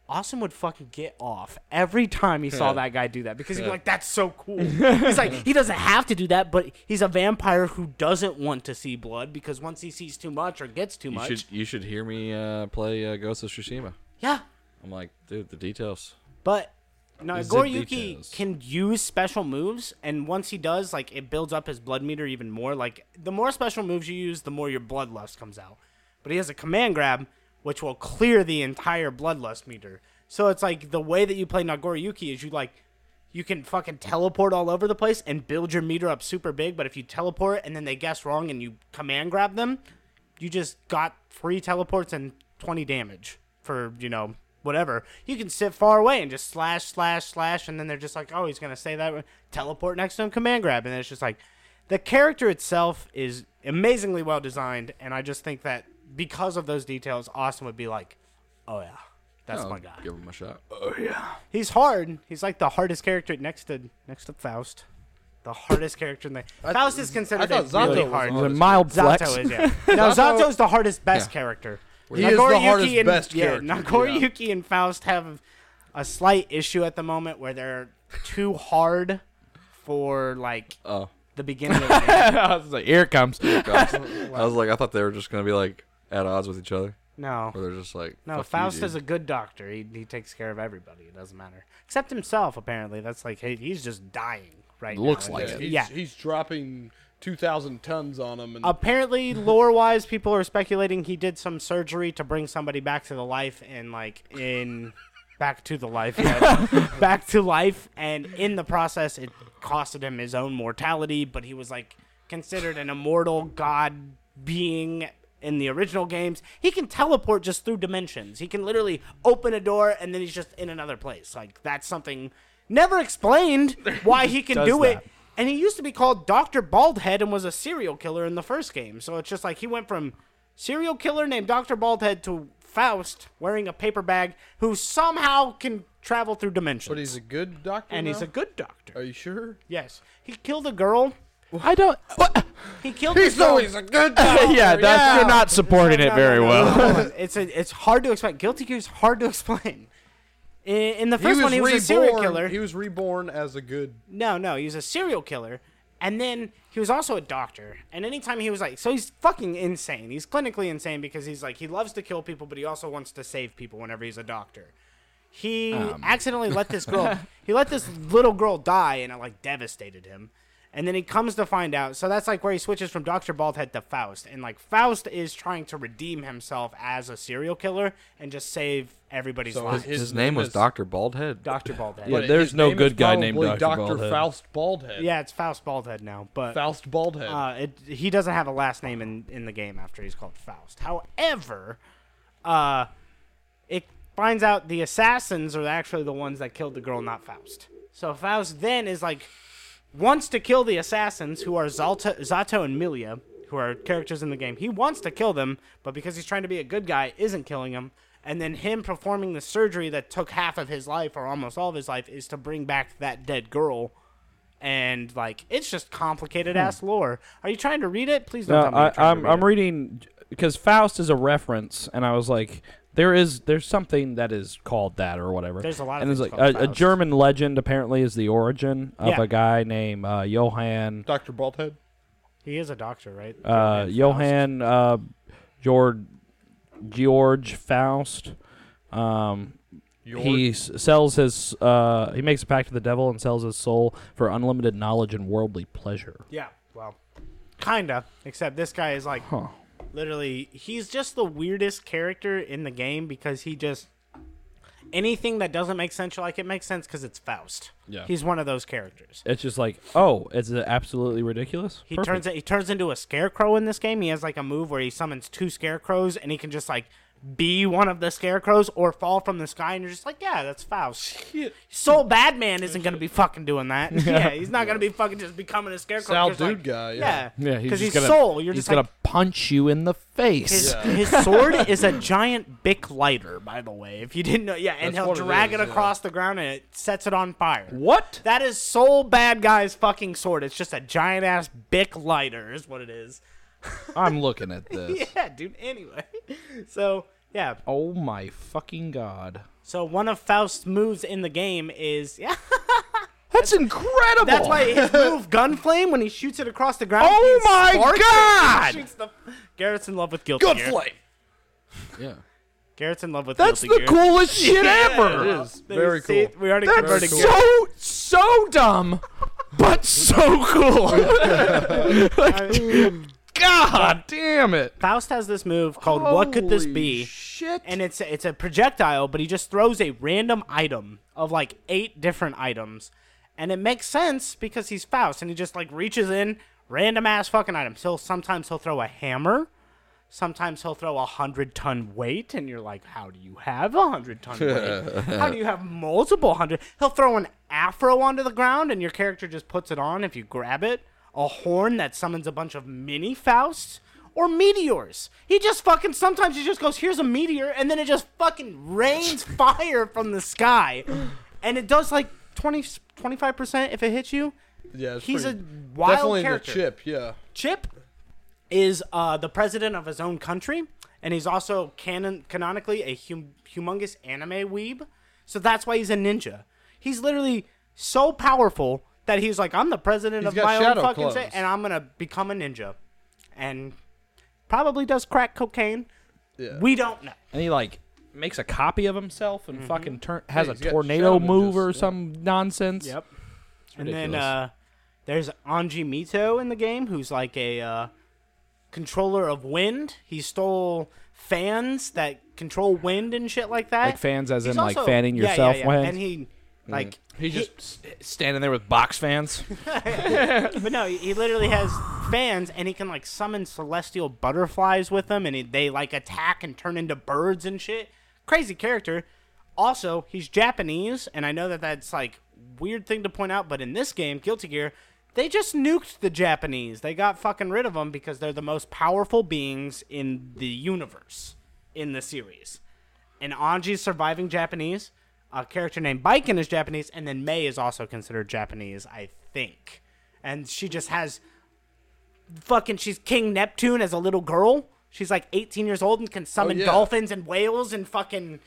Austin would fucking get off every time he saw that guy do that because he'd be like, "That's so
[LAUGHS]
cool." he's like, he doesn't have to do that, but he's a vampire who doesn't want to see blood because once he sees too much or gets too
You
much,
should you should hear me uh, play uh, Ghost of Tsushima.
yeah.
I'm like, dude, the details.
But no,
Is it
Goryuki
details?
can use special moves, and once he does, like it builds up his blood meter even more. Like the more special moves you use, the more your bloodlust comes out. But he has a command grab, which will clear the entire bloodlust meter. So it's like the way that you play Nagoryuki is you like you can fucking teleport all over the place and build your meter up super big, but if you teleport and then they guess wrong and you command grab them, you just got three teleports and 20 damage for, you know, whatever. You can sit far away and just slash, slash, slash, and then they're just like, oh, he's going to say that. Teleport next to him, command grab. And it's just like, the character itself is amazingly well designed, and I just think that because of those details, Austin would be like, oh, yeah, that's
I'll
my guy.
Give him a [LAUGHS] shot.
He's hard. He's like the hardest character next to next to Faust. The hardest character in the Faust is considered
I
a
thought Zato
really
was
hard.
It was a mild flex.
Zato is yeah.
[LAUGHS]
No, Zato is the hardest best
Yeah.
character.
He is the
Nagoryuki
hardest
and,
best
yeah,
character,
Nagoryuki and Faust have a slight issue at the moment where they're too hard for like
Oh.
the beginning of the game.
[LAUGHS]
[LAUGHS] I was like, here it comes.
Gosh. I was like, I thought they were just gonna be like at odds with each other,
No.
or they're just like,
No,
fuck you,
Faust
dude.
is a good doctor. He, he takes care of everybody. It doesn't matter. Except himself, apparently. That's like, hey, he's just dying right
Looks
now.
like
And
it.
just-
he's,
Yeah.
he's dropping two thousand tons on him, and
apparently lore wise people are speculating he did some surgery to bring somebody back to the life and like in [LAUGHS] back to the life yeah. back to life and in the process it costed him his own mortality but he was like considered an immortal god being in the original games he can teleport just through dimensions he can literally open a door and then he's just in another place like that's something never explained why he can
Does
do
that.
it and he used to be called Dr. Baldhead and was a serial killer in the first game. So it's just like he went from serial killer named Dr. Baldhead to Faust wearing a paper bag who somehow can travel through dimensions.
but he's a good doctor.
and he's a
now?
good doctor.
Are you sure?
Yes. He killed a girl.
[LAUGHS]
I don't.
Oh,
What?
He killed a girl.
a [LAUGHS] good doctor.
[LAUGHS] yeah, that's, you're not supporting it
[LAUGHS]
No,
very
no, no,
well.
no, no. it's a, it's hard to explain. Guilty Gear is hard to [LAUGHS] explain. In, in the
He
first
was,
one, he was
reborn.
a serial killer.
He was reborn as a good.
No, no, he was a serial killer. And then he was also a doctor. And anytime he was like, so he's fucking insane. He's clinically insane because he's like, he loves to kill people, but he also wants to save people whenever he's a doctor. He accidentally let this girl, he let this little girl die, and it like devastated him. And then he comes to find out. So that's like where he switches from Dr. Baldhead to Faust. And like Faust is trying to redeem himself as a serial killer and just save everybody's
So
life.
His,
His
name
name
was
is-
Doctor Baldhead.
[LAUGHS] Dr. Baldhead.
Yeah, there's
His
no
name
good
is
guy named
probably
Dr. Baldhead.
Faust Baldhead.
Yeah, it's Faust Baldhead now. But
Faust Baldhead.
Uh, it, he doesn't have a last name in, in the game after he's called Faust. However, uh, it finds out the assassins are actually the ones that killed the girl, not Faust. So Faust then is like, wants to kill the assassins, who are Zalta, Zato and Milia, who are characters in the game. He wants to kill them, but because he's trying to be a good guy, isn't killing them. and then him performing the surgery that took half of his life or almost all of his life is to bring back that dead girl. And like it's just complicated ass lore. Are you trying to read it? Please don't.
Hmm. No,
tell me you're
I,
trying to
I'm
read
I'm
it.
reading because Faust is a reference, and I was like, there is there's something that is called that or whatever.
There's a lot of
and there's
things
like
called
a, a
Faust.
German legend apparently is the origin of
Yeah.
a guy named uh, Johann
Doctor Baldhead.
He is a doctor, right?
uh, Johann uh, Georg George Faust. Um, he s- sells his uh, he makes a pact with the devil and sells his soul for unlimited knowledge and worldly pleasure.
Yeah. Well, kinda. Except this guy is like, literally, he's just the weirdest character in the game because he just anything that doesn't make sense, you're like it makes sense because it's Faust.
Yeah.
He's one of those characters.
It's just like, oh, is it absolutely ridiculous?
He
Perfect.
turns he turns into a scarecrow in this game. He has like a move where he summons two scarecrows and he can just like be one of the scarecrows or fall from the sky and you're just like, yeah, that's Faust. Soul Badman isn't gonna be fucking doing
[LAUGHS]
that. Yeah, he's not gonna be fucking just becoming a scarecrow.
Sal
Just,
Dude
like,
guy. Yeah.
Yeah,
Yeah,
because he's,
just gonna,
soul. You're
he's
just
gonna
like
punch you in the face.
his, his
[LAUGHS]
sword is a giant bic lighter, by the way. If you didn't know, yeah, and
That's
he'll
what it
drag it,
is, yeah.
across the ground and it sets it on fire.
What?
That is soul bad guy's fucking sword. It's just a giant ass bic lighter, is what it is.
I'm
[LAUGHS]
looking at this.
Yeah, dude. Anyway, so yeah,
Oh my fucking god!
so one of Faust's moves in the game is yeah. [LAUGHS]
That's incredible.
That's why
[LAUGHS]
his move Gunflame when he shoots it across the ground.
Oh
he
my
sparks it,
God!
he shoots the- Garrett's in love with guilty. Gunflame.
[LAUGHS]
Yeah.
Garrett's in love with
That's
guilty.
the
Gear.
coolest shit ever.
It is
There you
very
see
cool.
it. We already converted
That's
gear.
so so dumb, but
[LAUGHS]
so cool. Like, god damn it!
Faust has this move called "What could this be?"
Shit.
and it's a, it's a projectile, but he just throws a random item of like eight different items, and it makes sense because he's Faust, and he just like reaches in random ass fucking items. He'll sometimes he'll throw a hammer, sometimes he'll throw a hundred ton weight, and you're like, how do you have a hundred ton weight?
[LAUGHS]
how do you have multiple hundred? He'll throw an afro onto the ground, and your character just puts it on if you grab it. A horn that summons a bunch of mini Fausts or meteors. He just fucking sometimes he just goes, "Here's a meteor," and then it just fucking rains
[LAUGHS]
fire from the sky, and it does like 25 percent if it hits you.
Yeah. It's
He's
pretty,
a wild
definitely in
character.
the chip. Yeah.
Chip is uh, the president of his own country, and he's also canon- canonically a hum- humongous anime weeb. So that's why he's a ninja. He's literally so powerful that he's like, I'm the president of
got
my own
shadow
fucking sa-
clones.
and I'm gonna become a ninja, and probably does crack cocaine.
Yeah.
We don't know.
and he like makes a copy of himself
Mm-hmm.
and fucking turn has a
he's got
tornado
shadow
move
ninjas,
or
yeah.
some nonsense.
Yep. And then uh, there's Anji Mito in the game, who's like a uh, controller of wind. He stole fans that control wind and shit like that.
Like fans as
He's
in, like,
also-
fanning
yeah, yeah,
yourself Mm.
yeah.
wind?
And he like
He's just s- standing there with
[LAUGHS]
box fans.
But no, he- he literally has fans, and he can like summon celestial butterflies with them, and he, they like attack and turn into birds and shit. Crazy character. Also, he's Japanese, and I know that that's like weird thing to point out, but in this game, Guilty Gear, they just nuked the Japanese. They got fucking rid of them because they're the most powerful beings in the universe in the series. And Anji's surviving Japanese. A character named Baiken is Japanese, and then May is also considered Japanese, I think and she just has fucking she's King Neptune as a little girl. She's like 18 years old and can summon
Oh, yeah.
dolphins and whales and fucking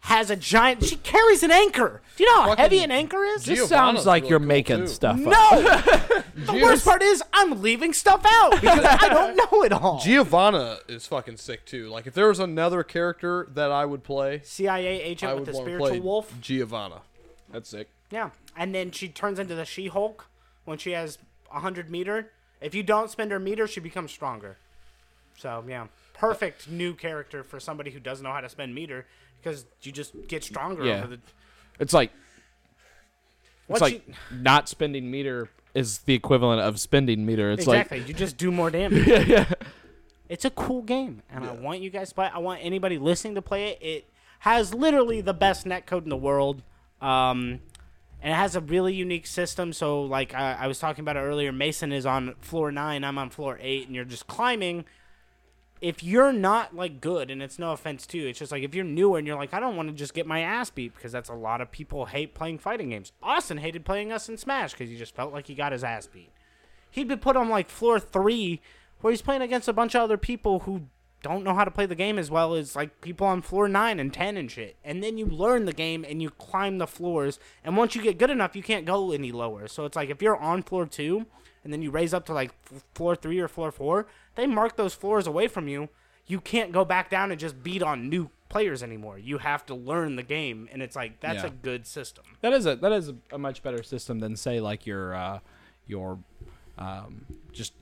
has a giant. She carries an anchor. Do you know how heavy an anchor is?
Geo-
This sounds
Giovanna's
like
really
you're
cool,
making
too.
stuff up.
[LAUGHS]
no. the worst part is I'm leaving stuff out because I
[LAUGHS]
don't know it all.
Giovanna is fucking sick too. Like if there was another character that I would play,
CIA
I
agent with
would
the
want to
spiritual
play
wolf.
Giovanna.
That's sick.
Yeah, and then she turns into the She-Hulk when she has a hundred meter. If you don't spend her meter, she becomes stronger. So yeah, perfect new character for somebody who doesn't know how to spend meter because you just get stronger.
Yeah.
Over the,
It's like
Once
it's like
you-
not spending meter is the equivalent of spending meter. It's
exactly,
like
you just do more damage.
[LAUGHS]
It's a cool game, and I want you guys to play. it. I want anybody listening to play it. It has literally the best netcode in the world, um, and it has a really unique system. So, like I, I was talking about it earlier, Mason is on floor nine, I'm on floor eight, and you're just climbing. if you're not like good, and it's no offense too, it's just like if you're newer and you're like, I don't want to just get my ass beat because that's a lot of people hate playing fighting games. Austin hated playing us in Smash because he just felt like he got his ass beat. He'd been put on like floor three where he's playing against a bunch of other people who don't know how to play the game as well as like people on floor nine and ten and shit. And then you learn the game and you climb the floors. And once you get good enough, you can't go any lower. So it's like if you're on floor two and then you raise up to like f- floor three or floor four, they mark those floors away from you. You can't go back down and just beat on new players anymore. You have to learn the game, and it's like that's
Yeah.
a good system.
That is a that is a, a much better system than say like your uh, your um, just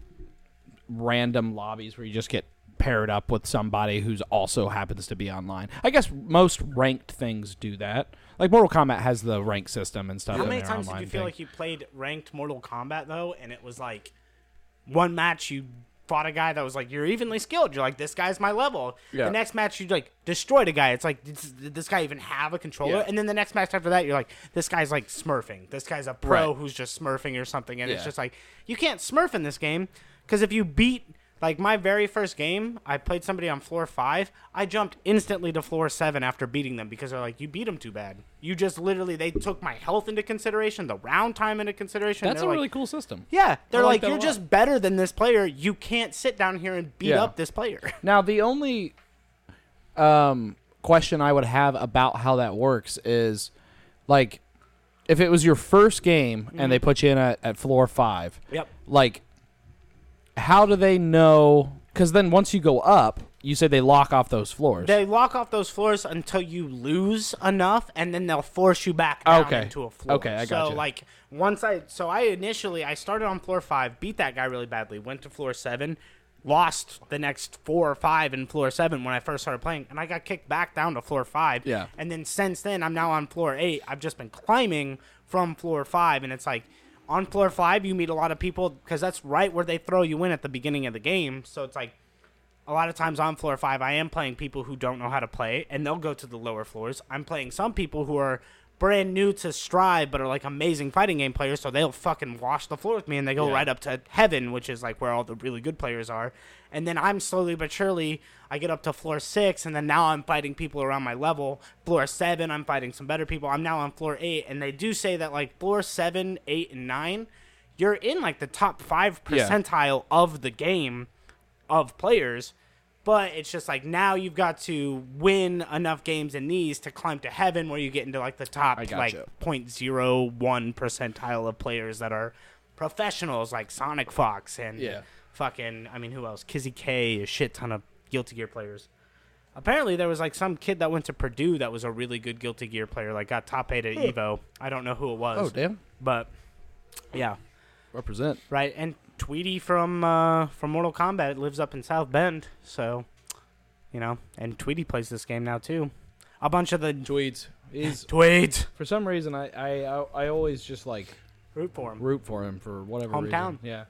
random lobbies where you just get paired up with somebody who's also happens to be online. I guess most ranked things do that. Like Mortal Kombat has the rank system and stuff.
How
in
many
their
times did
online
you feel
thing.
like you played ranked Mortal Kombat though, and it was like one match you fought a guy that was like you're evenly skilled. You're like this guy's my level.
Yeah.
The next match you like destroyed a guy. It's like did s- did this guy even have a controller?
Yeah.
And then the next match after that, you're like this guy's like smurfing. This guy's a pro
Right.
who's just smurfing or something. And it's
Yeah.
just like you can't smurf in this game because if you beat like my very first game, I played somebody on floor five. I jumped instantly to floor seven after beating them because they're like, "You beat them too bad." You just literally they took my health into consideration, the round time into consideration.
that's a
they're like,
really cool system.
yeah, they're
I
like,
like that a
you're
lot."
just better than this player. You can't sit down here and beat
Yeah.
up this player. [LAUGHS]
Now the only um, question I would have about how that works is like if it was your first game
Mm-hmm.
and they put you in at, at floor five.
Yep.
Like how do they know? Because then once you go up, you say they lock off those floors.
They lock off those floors until you lose enough, and then they'll force you back down
Okay.
into a floor.
Okay, I
So
gotcha.
like once I, so I initially I started on floor five, beat that guy really badly, went to floor seven, lost the next four or five in floor seven when I first started playing, and I got kicked back down to floor five.
Yeah.
And then since then, I'm now on floor eight. I've just been climbing from floor five, and it's like on floor five, you meet a lot of people because that's right where they throw you in at the beginning of the game. So it's like a lot of times on floor five, I am playing people who don't know how to play, and they'll go to the lower floors. I'm playing some people who are brand new to Strive, but are like amazing fighting game players, so they'll fucking wash the floor with me, and they go right up to heaven, which is like where all the really good players are. And then I'm slowly but surely, I get up to floor six, and then now I'm fighting people around my level. Floor seven, I'm fighting some better people. I'm now on floor eight, and they do say that like floor seven, eight, and nine, you're in like the top five
Yeah.
percentile of the game of players. But it's just like now you've got to win enough games in these to climb to heaven, where you get into like the top
gotcha.
like 0.01 percentile of players that are professionals, like Sonic Fox and
Yeah.
fucking I mean who else? Kizzy K, a shit ton of Guilty Gear players. Apparently there was like some kid that went to Purdue that was a really good Guilty Gear player, like got top eight at Evo. I don't know who it was,
oh damn!
but yeah,
Represent.
Right, and Tweety from uh, from Mortal Kombat lives up in South Bend, so you know, and Tweety plays this game now too. A bunch of the
Tweeds. He's
Tweet
for some reason I I I- I always just like
root for him.
root for him for whatever
Hometown.
reason. Yeah.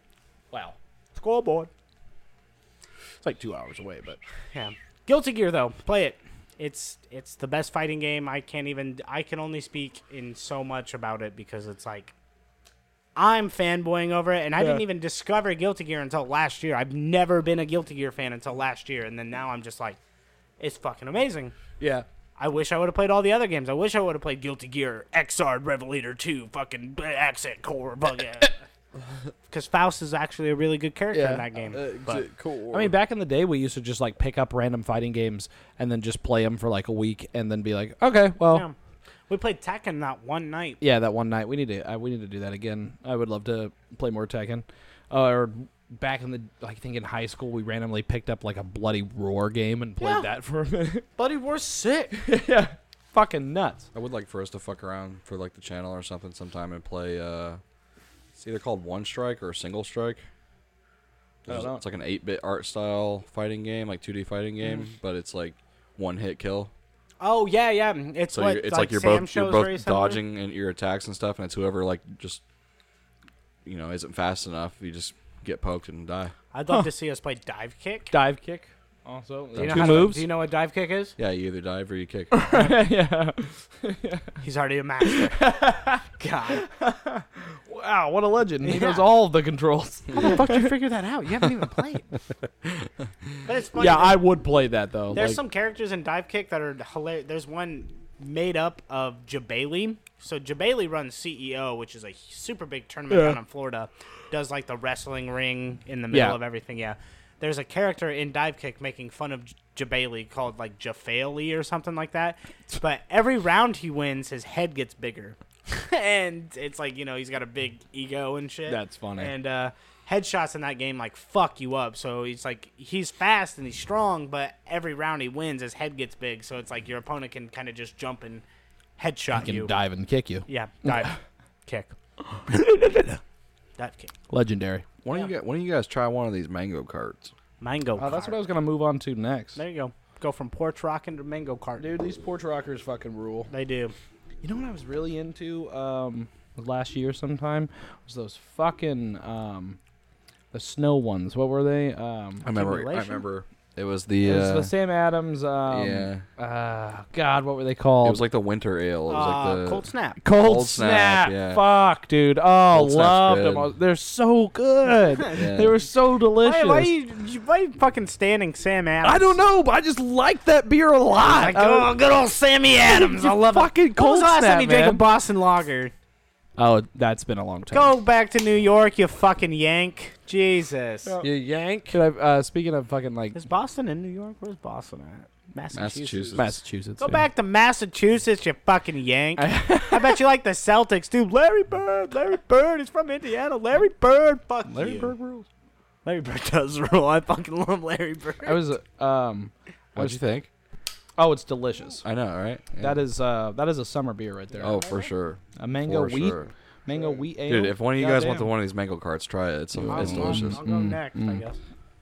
Wow.
Scoreboard.
It's like two hours away, but
Yeah. Guilty Gear though, play it. It's it's the best fighting game. I can't even I can only speak in so much about it because it's like I'm fanboying over it and I didn't even discover Guilty Gear until last year. I've never been a Guilty Gear fan until last year and then now I'm just like it's fucking amazing.
yeah.
I wish I would have played all the other games. I wish I would have played Guilty Gear, Xrd, Revelator 2, fucking uh, Accent Core, fucking. [LAUGHS] Because Faust is actually a really good character in that game. but
Uh, cool.
I mean, back in the day, we used to just like pick up random fighting games and then just play them for like a week and then be like, okay, well,
yeah. we played Tekken that one night.
yeah, that one night we need to I, we need to do that again. I would love to play more Tekken. Uh, or back in the I think in high school we randomly picked up like a bloody roar game and played
Yeah.
that for a minute. [LAUGHS]
Buddy, we're sick.
yeah, fucking nuts.
I would like for us to fuck around for like the channel or something sometime and play. Uh, it's either called One Strike or Single Strike.
I don't know.
It's like an eight-bit art style fighting game, like 2D fighting game,
Mm.
but it's like one hit kill.
Oh, yeah, yeah. It's,
So
what,
you're, it's like, you're
Sam
both you're
shows
both
recently.
dodging and your attacks and stuff, and it's whoever like just you know isn't fast enough. You just get poked and die.
I'd love to see us play Dive Kick.
Dive kick.
Also,
Do you know
Two
how to-
moves?
do you know what Dive Kick [LAUGHS] is?
Yeah, you either dive or you
[LAUGHS]
kick.
yeah.
[LAUGHS] He's already a master. God.
wow, what a legend. He knows all the
[LAUGHS]
controls.
How the fuck did you figure that out? You haven't even played. but it's funny.
yeah,
that-
I would play that though.
There's
like-
some characters in Dive Kick that are hilarious. There's one made up of Jabali. So Jabali runs CEO, which is a super big tournament down in Florida. Does like the wrestling ring in the middle
Yeah.
of everything. Yeah. There's a character in Dive Kick making fun of J- Jabali called like Jafali or something like that. But every round he wins, his head gets bigger. [LAUGHS] and it's like, you know, he's got a big ego and shit.
That's funny.
And uh, headshots in that game like fuck you up. So he's like he's fast and he's strong, but every round he wins, his head gets big. So it's like your opponent can kind of just jump and headshot
can
you.
dive and kick you. [LAUGHS]
Yeah, dive, kick, dive kick.
Legendary.
Why don't you get? Why don't you guys try one of these mango carts?
Mango.
Oh, that's what I was gonna move on to next.
There you go. Go from porch rocking to mango cart.
Dude, these porch rockers fucking rule.
They do.
You know what I was really into?
Um, last year sometime was those fucking um, the snow ones. What were they? Um,
I remember. I
Simulation?
remember. It was the.
it was
uh,
the Sam Adams. Um,
yeah.
Uh, God, what were they called?
It was like the winter ale. It was
Uh,
like the.
cold snap.
Cold,
Cold
Snap.
Snap, yeah.
Fuck, dude. Oh,
Cold Snap's
loved
good.
them. I was- They're so good.
[LAUGHS] Yeah.
They were so delicious.
Why, why you, why you fucking standing Sam Adams?
I don't know, but I just like that beer a
Like,
lot.
oh, good old
[LAUGHS]
Sammy Adams. I love
fucking
it. When was
Cold
the last time
Snap,
you drank a
man.
Boston Lager?
oh, that's been a long time.
Go back to New York, you fucking yank. Jesus.
You yank. Could I, uh, speaking of fucking like
Is Boston in New York? Where's Boston at? Massachusetts.
Massachusetts.
Massachusetts.
Go back to Massachusetts, you fucking yank. I bet you like the Celtics, dude. Larry Bird, Larry Bird is from Indiana. Larry Bird, fuck Larry Bird rules. Larry Bird does [LAUGHS] rule. I fucking love Larry Bird.
I was uh, um. I
What'd
was,
you think?
oh, it's delicious.
I know, right? Yeah.
That is uh that is a summer beer right there.
Oh, for sure.
a mango
for
wheat,
sure.
mango wheat ale.
Dude, if one of you guys went to
Goddamn.
one of these mango carts, try it. It's, it's delicious.
I'll go next, I guess.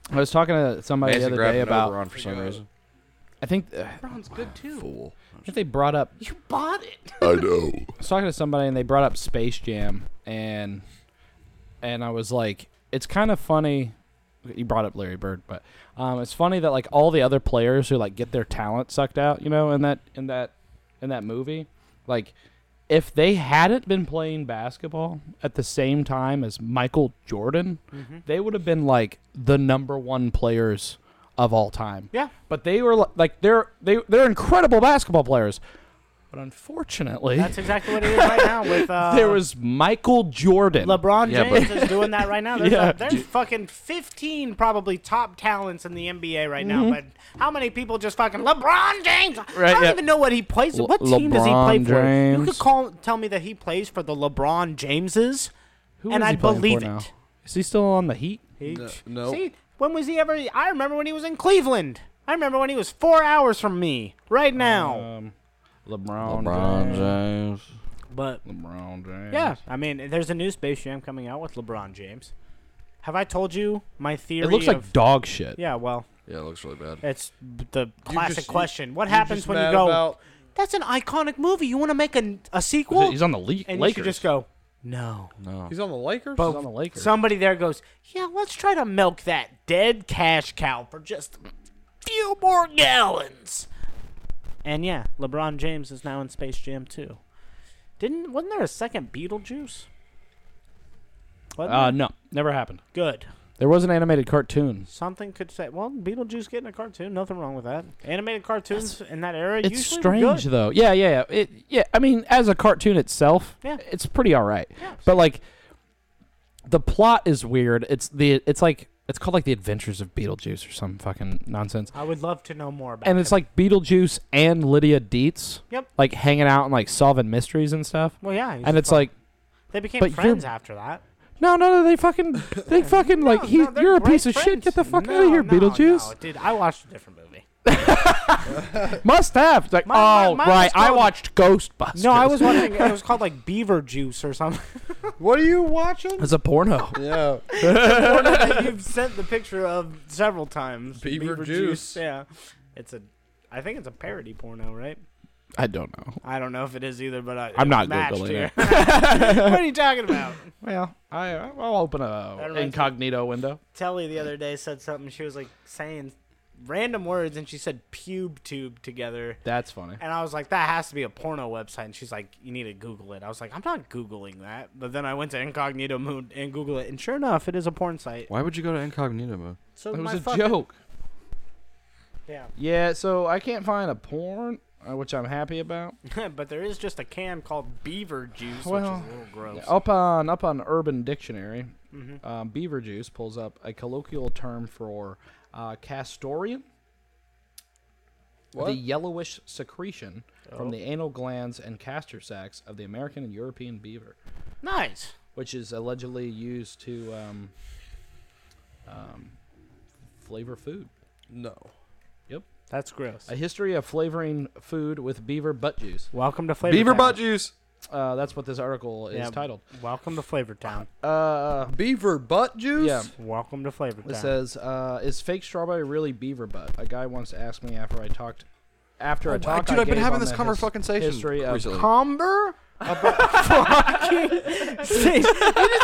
I was talking to somebody
Nancy
the other
grabbed
day
an
about. uh,
Oberon for some reason.
I think uh,
Brown's good too.
Fool.
I think they brought up
You bought it.
I know.
I was talking to somebody and they brought up Space Jam and and I was like, it's kind of funny. You brought up Larry Bird, but um, it's funny that like all the other players who like get their talent sucked out, you know, in that in that in that movie, like if they hadn't been playing basketball at the same time as Michael Jordan,
Mm-hmm.
they would have been like the number one players of all time.
Yeah.
but they were li- like they're they they're incredible basketball players, but unfortunately,
That's exactly what it is right now with uh,
there was Michael Jordan.
LeBron
Yeah,
James is doing that right
[LAUGHS]
now. There's,
Yeah.
a- there's fucking 15 probably top talents in the NBA right now, but how many people just fucking LeBron James? I
Mm-hmm. Right,
don't
yeah.
even know what he plays.
Le-
what team does he play
LeBron
for? You could
James.
call tell me that he plays for the LeBron Jameses,
Who
and
is he
I'd
playing for
believe
now?
it.
Is he still on the Heat?
He-
no.
See, when was he ever? I remember when he was in Cleveland. I remember when he was four hours from me right now.
Um, LeBron.
LeBron James.
but
LeBron James.
yeah, I mean, there's a new Space Jam coming out with LeBron James. Have I told you my theory?
It looks like
of-
dog shit.
Yeah, well,
Yeah, it looks really bad.
it's the classic
just- you-
question. What
You're
happens
just
when
mad
you go?
about-
That's an iconic movie. You want to make a, a sequel,
He's on the Le-
and you
Lakers.
should just go. No.
No.
he's on the Lakers.
He's on the Lakers.
Somebody there goes, yeah. Let's try to milk that dead cash cow for just a few more gallons. And yeah, LeBron James is now in Space Jam too. Didn't wasn't there a second Beetlejuice? Wasn't
uh,
there?
no, never happened.
good.
There was an animated cartoon.
Something could say, well, Beetlejuice getting a cartoon, nothing wrong with that. Animated cartoons in that era,
It's
usually were
strange
good.
though. Yeah, yeah, yeah. It, yeah. I mean, as a cartoon itself,
Yeah.
it's pretty all right. But like, the plot is weird. It's the it's like it's called like the Adventures of Beetlejuice or some fucking nonsense.
I would love to know more about.
and it's
him.
like Beetlejuice and Lydia Dietz.
Yep.
Like hanging out and like solving mysteries and stuff.
well, yeah, he's
And it's
fuck-
like,
they became
but you're-
friends after that.
no, no, no, they fucking, [LAUGHS] they fucking like,
No,
he,
no, they're
you're a
great
piece of shit.
friends.
Get the fuck
No,
out of here,
no,
Beetlejuice.
No, dude, I watched a different
[LAUGHS]
movie.
Must have. It's like,
Mine- mine-
oh,
mine was
right. I
called-
watched Ghostbusters.
No, I was
[LAUGHS]
watching. it was called like Beaver Juice or something. [LAUGHS]
what are you watching?
It's a porno.
yeah,
You've sent the picture of several times.
Beaver Juice.
Yeah, it's a. I think it's a parody porno, right?
I don't know.
I don't know if it is either, but I,
I'm
it
not
matched
Googling
here. [LAUGHS]
it. [LAUGHS]
what are you talking about?
Well, I, I'll open a
reminds me-
incognito window.
Telly the other day said something. She was like saying random words and she said pube tube together.
That's funny.
And I was like, that has to be a porno website. And she's like, you need to Google it. I was like, I'm not Googling that. But then I went to Incognito Mode and Google it. And sure enough, it is a porn site.
Why would you go to incognito mode?
So
It
my
was a
fuck-
joke.
Yeah. [LAUGHS]
Yeah, so I can't find a porn, uh, which I'm happy about.
but there is just a can called beaver juice,
Well, Oh.
which is a little gross.
Up on up on Urban Dictionary, um, beaver juice pulls up a colloquial term for uh, castoreum, the yellowish secretion from the anal glands and castor sacs of the American and European beaver,
Nice.
which is allegedly used to um, um, flavor food.
No.
Yep.
That's gross.
A history of flavoring food with beaver butt juice.
Welcome to Flavor
Beaver
Town.
butt juice.
Uh, that's what this article is
Yeah.
titled.
Welcome to Flavor Town.
Uh,
Beaver butt juice.
yeah.
Welcome to Flavor Town.
It says, uh, "Is fake strawberry really beaver butt?" A guy once asked me after I talked. After I talked,
Dude,
I
I've been
gave
having
on
this
the
conver
his-
fucking
history of-
recently.
Comber? [LAUGHS] About fucking. you just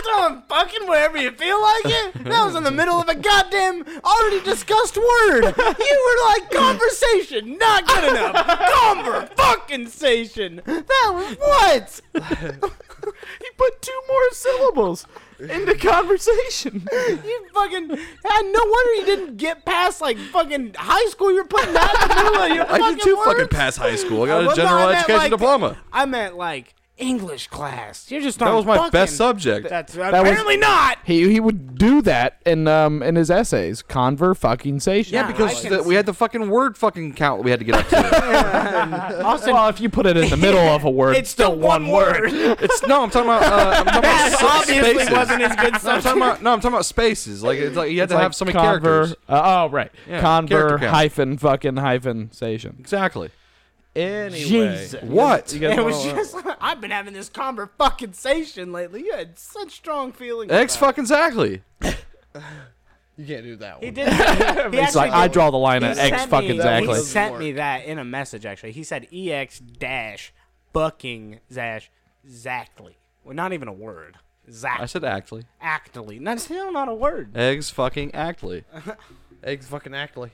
throwing fucking wherever you feel like it? That was in the middle of a goddamn already discussed word. You were like, conversation, not good
[LAUGHS]
enough. Comber, fucking station. That was what? you put two more syllables into conversation. you fucking. Yeah, no wonder you didn't get past like fucking high school. You were putting that in the middle of
[LAUGHS]
your
I
fucking
did too fucking
words.
pass high school. I
Uh,
got a
well, no, I
general
meant,
education
like,
diploma.
I meant like English class. You're just
That was my
fucking,
best subject.
That's
was-
apparently not.
He he would do that in um in his essays. Conver fucking station.
yeah, because the, we had the fucking word fucking count we had to get up to.
Austin,
well, if you put it in the middle of [LAUGHS] a word,
it's still one word.
it's no, I'm talking about. Uh, I'm talking about
[LAUGHS] That
s-
obviously
spaces.
wasn't
[LAUGHS]
as good
No, I'm
subject.
talking about. No, I'm talking about spaces. Like it's like you had to
like
have so many
conver,
characters.
Uh, oh right,
Yeah, character
conver
count.
hyphen fucking hyphen station.
Exactly.
Anyway,
What?
You guys
It
wanna-
was just I've been having this conver fucking station lately. You had such strong feelings.
Ex
about it.
fucking exactly.
You can't do that
He
[LAUGHS]
one.
did. He actually
It's like I
did-
draw the line
he
at
sent
X fucking
me,
exactly.
He sent me that in a message. Actually, he said ex dash bucking dash exactly. Well, not even a word.
I
Exactly.
said actually.
Actly. That's still not a word.
Eggs fucking actly.
Eggs fucking actly.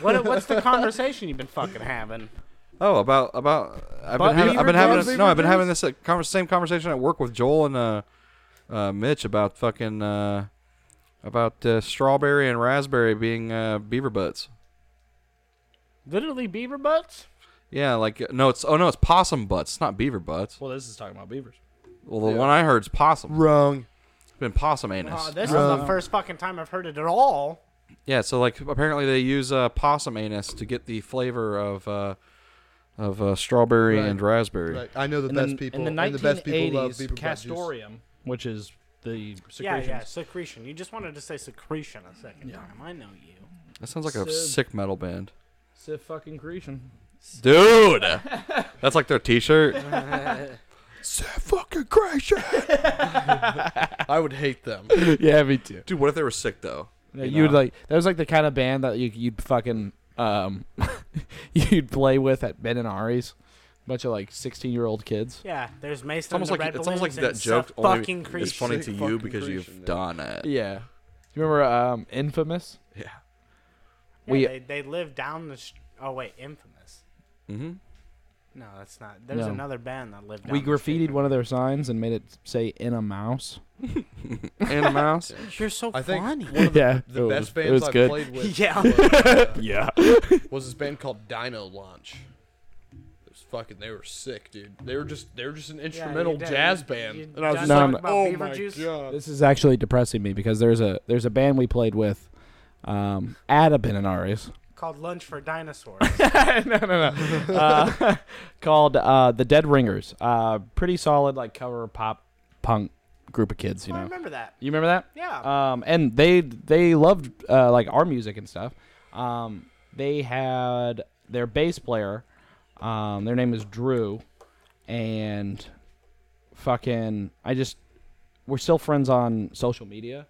What, what's the conversation you've been fucking having?
Oh, about about I've
But
been having I've
Beaver
been having this,
Brothers?
no I've been having this uh, conver- same conversation at work with Joel and uh, uh Mitch about fucking uh about uh, strawberry and raspberry being uh, beaver butts.
Literally beaver butts?
Yeah, like uh, no, it's oh no, it's possum butts. It's not beaver butts.
Well, this is talking about beavers.
Well, the one I heard is possum.
Wrong.
It's been possum anus.
Oh, this is the first fucking time I've heard it at all.
yeah, so like apparently they use uh, possum anus to get the flavor of uh, of uh, strawberry and raspberry.
Right. I know the
In
best
the,
people.
in the
and the best people love
1980s,
beaver butt juice.
castorium, which is the
Yeah,
secretion.
yeah, secretion. You just wanted to say secretion a second time. I know you.
That sounds like a
Sid.
sick metal band.
It's a fucking creation.
Dude, that's like their T-shirt.
fucking crazy. I would hate them.
[LAUGHS] yeah, me too.
Dude, what if they were sick though?
You, would like that was like the kind of band that you, you'd fucking um, [LAUGHS] you'd play with at Ben and Ari's, bunch of like sixteen year old kids.
Yeah, there's Mason.
It's almost like
Red
it's almost like
Balloons
that
and
joke.
Seth
Only
fucking
it's
Creation.
funny to
Sick
you
fucking
because you've
creation, yeah.
done it.
Yeah, you remember um, Infamous?
Yeah.
Yeah,
we-
they, they live down the. Sh- oh wait, infamous.
Mm-hmm.
No, that's not. There's
No.
another band that lived. Down
we
the street.
graffitied one of their signs and made it say "In a [LAUGHS] Mouse."
And a mouse.
You're so
I think
funny.
one of the,
Yeah,
the
it
best
was- it
bands
was
I've
good.
played with
[LAUGHS] Yeah.
[LAUGHS] Yeah,
was this band called Dino Launch. It was fucking. They were sick, dude. They were just. They were just an instrumental
did.
jazz
You-
band.
you
and I was
done
just like,
talked
about
oh
Beaver
my
Juice?
god.
this is actually depressing me because there's a there's a band we played with um, at a Ben and Ari's.
called Lunch for
[LAUGHS]
Dinosaurs.
[LAUGHS] no, no, no. Uh, [LAUGHS] called uh, the Dead Ringers. Uh, pretty solid, like cover pop punk group of kids. You
I
know,
remember that.
you remember that?
Yeah.
Um, and they they loved uh, like our music and stuff. Um, they had their bass player. Um, their name is Drew, and fucking I just we're still friends on social media,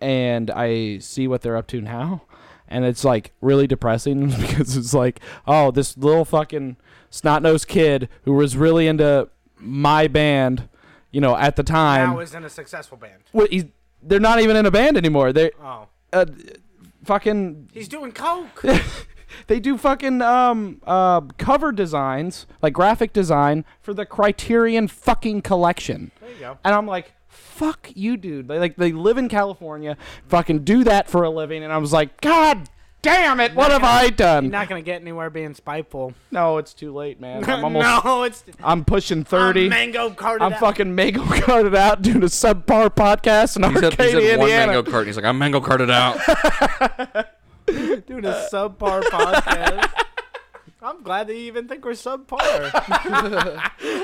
and I see what they're up to now, and it's like really depressing [LAUGHS] because it's like oh this little fucking snot nosed kid who was really into my band, you know at the time
Now is in a successful band.
what he's, they're not even in a band anymore. They
Oh.
uh, fucking
He's doing
[LAUGHS]
coke.
they do fucking um uh cover designs like graphic design for the Criterion fucking collection.
there you go.
And I'm like, fuck you, dude. They like they live in California, fucking do that for a living. And I was like, God damn it, what have I done?
You're not gonna get anywhere being
[LAUGHS]
spiteful.
no, it's too
[LAUGHS]
late, man. I'm almost
no, it's
I'm pushing thirty.
I'm mango carded.
I'm
out.
fucking [LAUGHS] mango carded out doing a subpar podcast in
He's at, he's
Arcadia,
at one
Indiana.
mango cart. And he's like, I'm mango carted out.
doing a subpar podcast. I'm glad that you even think we're subpar.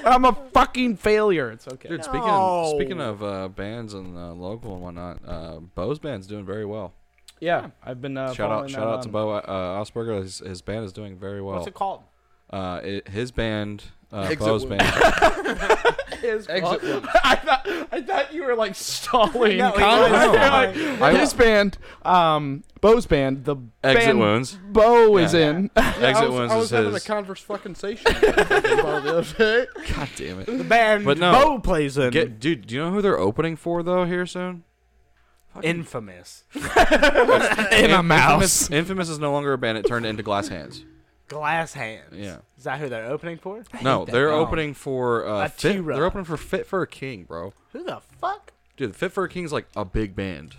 [LAUGHS] I'm a fucking failure. It's
[LAUGHS]
okay.
Dude, speaking of, speaking of uh, bands and uh, local and whatnot, uh, Bo's band's doing very well.
Yeah, I've been uh,
Shout
following
out, shout
that
out to
on.
Bo uh, Osberger. His, his band is doing very well.
What's it called?
Uh, it, his band, uh,
Exit
Bo's
Wound.
band.
Exit wound.
I thought I thought you were like stalling.
Oh,
No,
Con-
[LAUGHS] it's
no.
Like,
I-
his band, um, Bo's band, the
Exit
band
Wounds.
Bo is in.
[LAUGHS]
[LAUGHS]
Exit
I was,
Wounds
I was
is
having
his.
a converse fucking station about the other day.
God damn
[LAUGHS]
it.
Band
But no.
Bo plays in.
Get, dude, do you know who they're opening for though here soon?
infamous.
In
a
Infamous,
mouse.
Infamous is no longer a band. It turned into Glass Hands.
Glass hands.
Yeah.
Is that who they're opening for?
No, they're
Oh.
opening for uh, fit,
Atira.
They're opening for Fit for a King, bro.
Who the fuck?
Dude, Fit for a King's like a big band.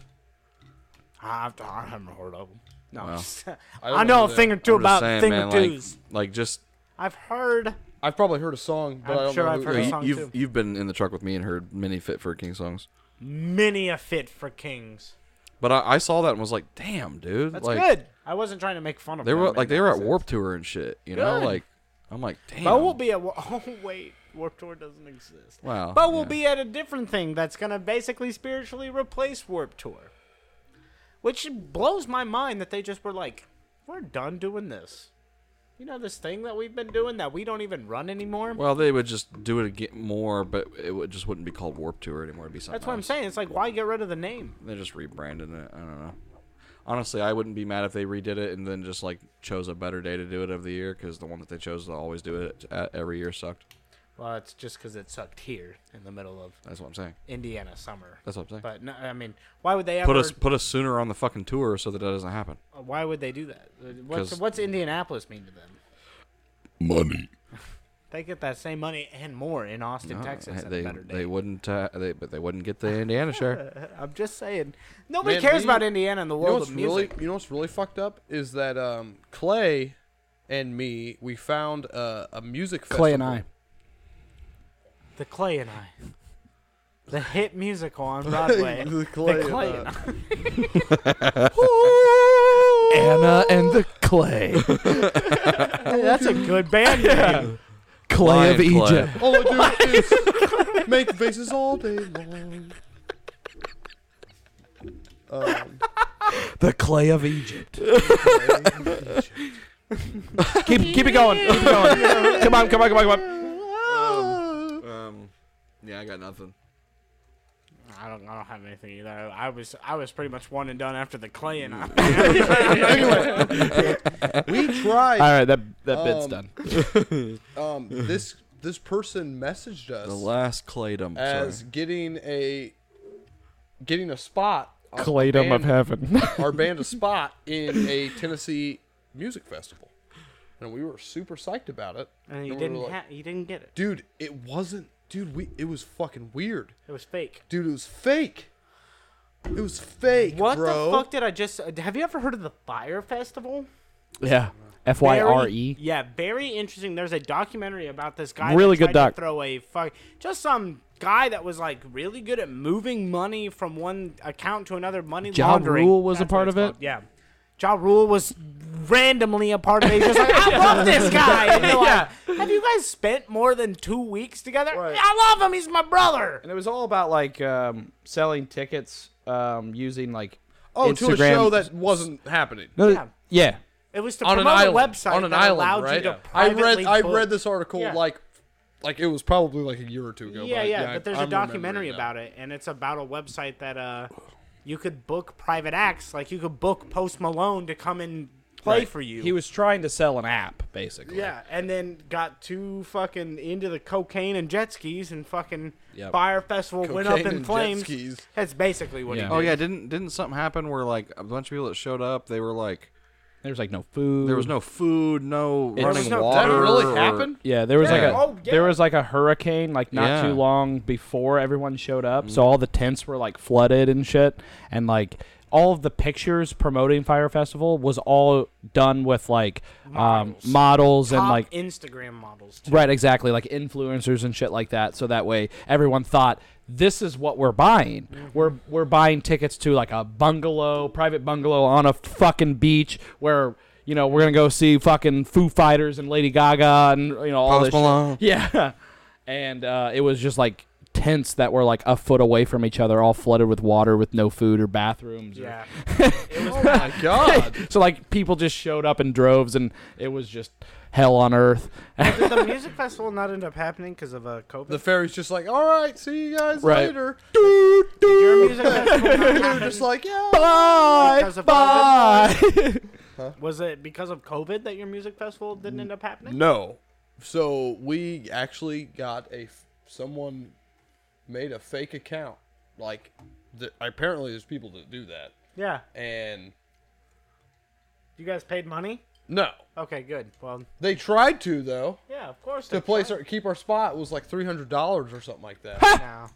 I've, I haven't heard of them. No, I'm [LAUGHS] just- I,
don't know
know a
who they
thing or two
I'm just
about
saying,
thing
man,
or
like,
twos.
like just
I've heard.
[LAUGHS] I've probably heard a song, but
I'm
I don't
sure
know
I've
who-
heard a
you,
song,
you've
too.
you've been in the truck with me and heard many Fit for a King songs.
many a fit for kings.
But I, I saw that and was like, damn, dude.
That's
like,
good. I wasn't trying to make fun of
They
them.
were
It
like
made
they were
no
at
sense.
Warp Tour and shit. You know,
Good.
like I'm like, damn.
Bo will be at. Wa- [LAUGHS] Oh wait, Warp Tour doesn't exist.
Wow.
Bo will
yeah.
be at a different thing that's gonna basically spiritually replace Warp Tour, which blows my mind that they just were like, "We're done doing this." You know this thing that we've been doing that we don't even run anymore.
Well, they would just do it again more, but it would, just wouldn't be called Warp Tour anymore. It'd be something.
that's what I'm
else.
saying. It's like, why get rid of the name?
They're just rebranding it. I don't know. Honestly, I wouldn't be mad if they redid it and then just like chose a better day to do it of the year because the one that they chose to always do it at every year sucked.
Well, it's just because it sucked here in the middle of
That's what I'm saying.
Indiana summer.
That's what I'm saying.
But no, I mean, why would they ever? uh,
put us put us sooner on the fucking tour so that that doesn't happen.
Why would they do that? Uh, What's
'Cause-
what's Indianapolis mean to them?
Money.
They get that same money and more in Austin, Texas, at
Uh, they
a better day.
they wouldn't uh, they but they wouldn't get the
[LAUGHS]
Indiana share.
I'm just saying, nobody
Man,
cares
we-
about Indiana in the
You know
world
what's
of music.
really, you know what's really fucked up is that um, Clay and me, we found uh, a music festival.
Clay and I.
The Clay and I, the hit musical on Broadway.
[LAUGHS] the Clay.
the Clay and
and I. [LAUGHS]
I. [LAUGHS]
Anna and the
[LAUGHS]
Clay.
That's a good band name.
Clay
Lion
of Egypt.
Clay. [LAUGHS]
All I do is [LAUGHS] make faces all
[LAUGHS]
day long. Um,
The Clay of [LAUGHS] Egypt. keep keep it going. [LAUGHS] Keep it going. Come on, come on, come on, come on.
Um, yeah, I got nothing.
I don't. I don't have anything either. I was. I was pretty much one and done after the Clay and
[LAUGHS]
I. [LAUGHS]
we tried.
All right, that that bit's
Um,
[LAUGHS] done.
Um, this this person messaged us
The last Claydom.
as
Sorry.
getting a getting a spot. our
Claydom of
band-
[LAUGHS] heaven.
our [LAUGHS] band a spot in a Tennessee music festival, and we were super psyched about it.
and you
we were
didn't.
like,
Ha- you didn't get it.
dude, it wasn't, dude. We it was fucking weird,
It was fake.
dude. It was fake. It was fake,
What
bro.
the fuck did I just? uh, Have you ever heard of the Fire Festival?
Yeah. F Y
Very-
R E.
Yeah, very interesting. There's a documentary about this guy.
Really
that
good
tried to
doc.
throw a fuck, just some guy that was like really good at moving money from one account to another. Money
Ja
laundering.
Rule was a
That's what
part
it's
of it?
called. Yeah, Ja Rule was randomly a part of it. He's just like,
[LAUGHS]
I love this guy. And you're like, Have you guys spent more than two weeks together? I love him. He's my brother.
And it was all about like um, selling tickets um, using like
Oh,
Instagram.
to a show that wasn't happening.
No,
Yeah.
yeah.
It was to
on an
promote
island,
a website
on an
that
island,
allowed
right?
you to
I
privately
read, I
book-
read this article
Yeah.
like, like it was probably like a year or two ago.
yeah,
but
yeah,
I-
but there's
I'm
a documentary
remembering now.
about it, and it's about a website that uh, you could book private acts, like you could book Post Malone to come and play for you.
He was trying to sell an app, basically.
yeah, and then got too fucking into the cocaine and jet skis and fucking
Yep.
fire festival went up
Cocaine
in
and jet
flames.
skis.
That's basically what
Yeah.
he did.
Oh yeah, didn't didn't something happen where like a bunch of people that showed up, they were like
There was like no food.
there was no food, no
There was
running
no- Did
water.
that really
or-
happened?
Yeah, there was like
Yeah.
a
Oh, yeah.
there was like a hurricane like not
Yeah.
too long before everyone showed up, so all the tents were like flooded and shit, and like all of the pictures promoting Fire Festival was all done with like models, um, models and
Top
like
Instagram models. Too.
right exactly like influencers and shit like that, so that way everyone thought this is what we're buying. We're we're buying tickets to like a bungalow, private bungalow on a fucking beach where. You know, we're gonna go see fucking Foo Fighters and Lady Gaga and you know all
Post
this. shit.
Malone.
[LAUGHS] Yeah. And uh, it was just like tents that were like a foot away from each other, all flooded with water with no food or bathrooms. or-
Yeah.
My God.
[LAUGHS] so like people just showed up in droves and it was just hell on earth.
[LAUGHS]
Did the music festival not end up happening because of uh, COVID?
The fairy's just like, all right, see you guys
Right.
later.
Your
[LAUGHS]
music festival not
They're
happen
just like, yeah.
Bye.
because of
Bye. [LAUGHS]
Was it because of COVID that your music festival didn't end up happening?
No. So we actually got a f- someone made a fake account. Like, th- apparently there's people that do that,
Yeah.
and
You guys paid money?
no,
Okay, good. Well,
they tried to though.
yeah, of course.
To
they
place
tried.
our keep our spot was like three hundred dollars or something like that.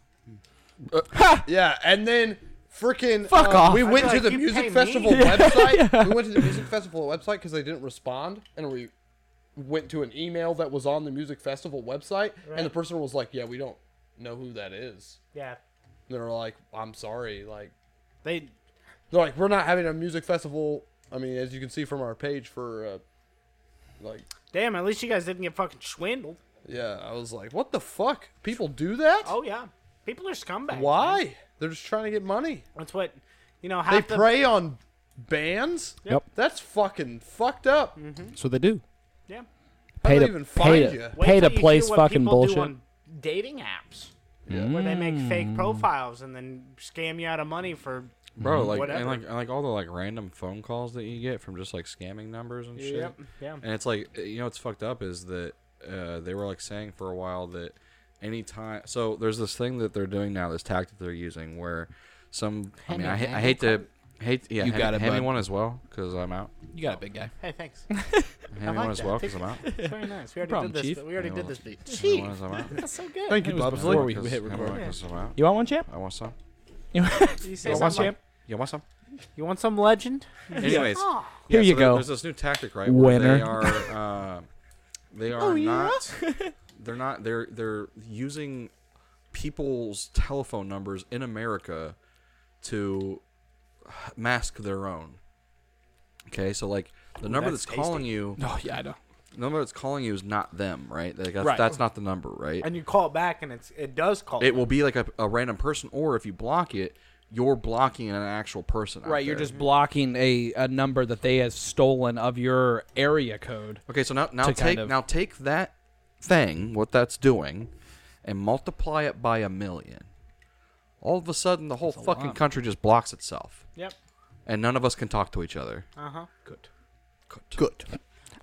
No.
yeah, and then freaking
Fuck
uh,
off.
We
I'd
went
be like,
to the
"You pay
music
me."
[LAUGHS]
festival website. We went to the music festival website because they didn't respond, and we went to an email that was on the music festival website, and the person was like, "Yeah, we don't know who that is."
Yeah.
they were like, "I'm sorry." Like
They.
they're like, "We're not having a music festival." I mean, as you can see from our page for, uh, like,
Damn, at least you guys didn't get fucking swindled.
yeah, I was like, "What the fuck? People do that?
Oh, yeah. People are scumbags. man.
Why? They're just trying to get money.
That's what. You know,
They
half the.
prey on bands.
Yep.
that's fucking fucked up.
So they do.
yeah.
How
Pay
do
to
they even
pay
find
to,
you?
Wait
pay
till
to
you hear
place
what
fucking
people do
bullshit. Mm.
on dating apps. Where they make fake profiles and then scam you out of money for.
Bro, like
Whatever.
and like and like all the like random phone calls that you get from just like scamming numbers and shit.
Yep. Yeah.
And it's like eh, you know what's fucked up is that uh, they were like saying for a while that any time so there's this thing that they're doing now this tactic they're using where some I mean I, ha- I hate to hate yeah you
got it,
hand me
bud.
one as well because I'm out
You got a big guy.
Hey, thanks.
hand me
like
one as
that.
well because I'm out
It's very nice. We already
problem,
did this.
Chief.
We already did
Anyone-
this beat.
Hand me one as I'm out.
That's so good.
Thank you,
was
Bobsley.
before we
Because-
hit
hand me
record.
one 'cause I'm out.
You want one, champ?
I want some
[LAUGHS] You
You say
want one,
something like,
champ?
you want some
you want some legend?
anyways
Here
there-
you go.
there's this new tactic right where
Winner.
they are
[LAUGHS]
uh, they are not they're not they're they're using people's telephone numbers in America to mask their own. Okay, so like the number that's,
that's
calling you,
Oh yeah, I know.
the number that's calling you is not them, right? Like, that's,
Right.
that's not the number, right?
And you call back, and it's it does call.
it will be like a, a random person, or if you block it, you're blocking an actual person. out
Right, you're
there.
just blocking a, a number that they has stolen of your area code.
Okay, so now now
to
take
kind of-
now take that thing, what that's doing, and multiply it by a million. All of a sudden, the whole fucking
lot.
country just blocks itself,
Yep.
and none of us can talk to each other.
Uh huh.
Good.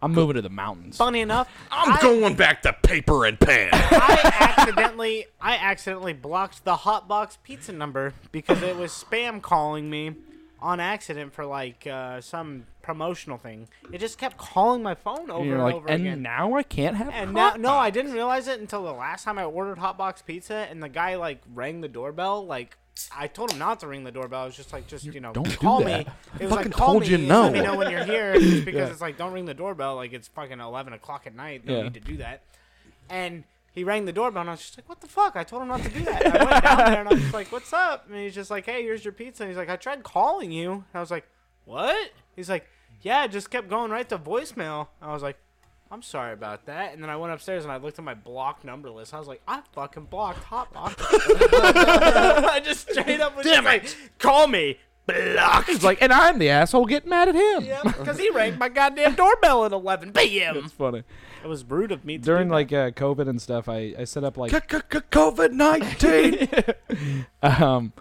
I'm moving to the mountains.
Funny enough,
I'm going back to paper and [LAUGHS] pen.
I accidentally I accidentally blocked the Hotbox Pizza number because it was spam calling me on accident for like uh, some promotional thing. It just kept calling my phone over
And
and
you're like,
over
and
again.
now I can't have.
and now,
hot
no, I
dogs."
didn't realize it until the last time I ordered Hotbox Pizza, and the guy like rang the doorbell. Like, I told him not to ring the doorbell. I was just like, just you know,
don't do
call
that.
me. It was
fucking
like, call
told
me
you
and
no.
Let me know when you're here, just because it's like, don't ring the doorbell. Like, it's fucking eleven o'clock at night. No
Yeah.
need to do that. And he rang the doorbell, and I was just like, what the fuck? I told him not to do that. I went down there, and I was just like, what's up? And he's just like, hey, here's your pizza. And he's like, I tried calling you. And I was like, what? He's like, yeah, it just kept going right to voicemail. I was like. I'm sorry about that. And then I went upstairs and I looked at my blocked number list. I was like, I fucking blocked Hotbox. [LAUGHS] I just straight up was Damn like, call me. Block.
It's like, and I'm the asshole getting mad at him.
Because he rang my goddamn doorbell at 11 p.m.
It's funny.
It was rude of me to
During
do
like uh, COVID and stuff, I, I set up like
COVID
[LAUGHS]
nineteen. [LAUGHS]
um,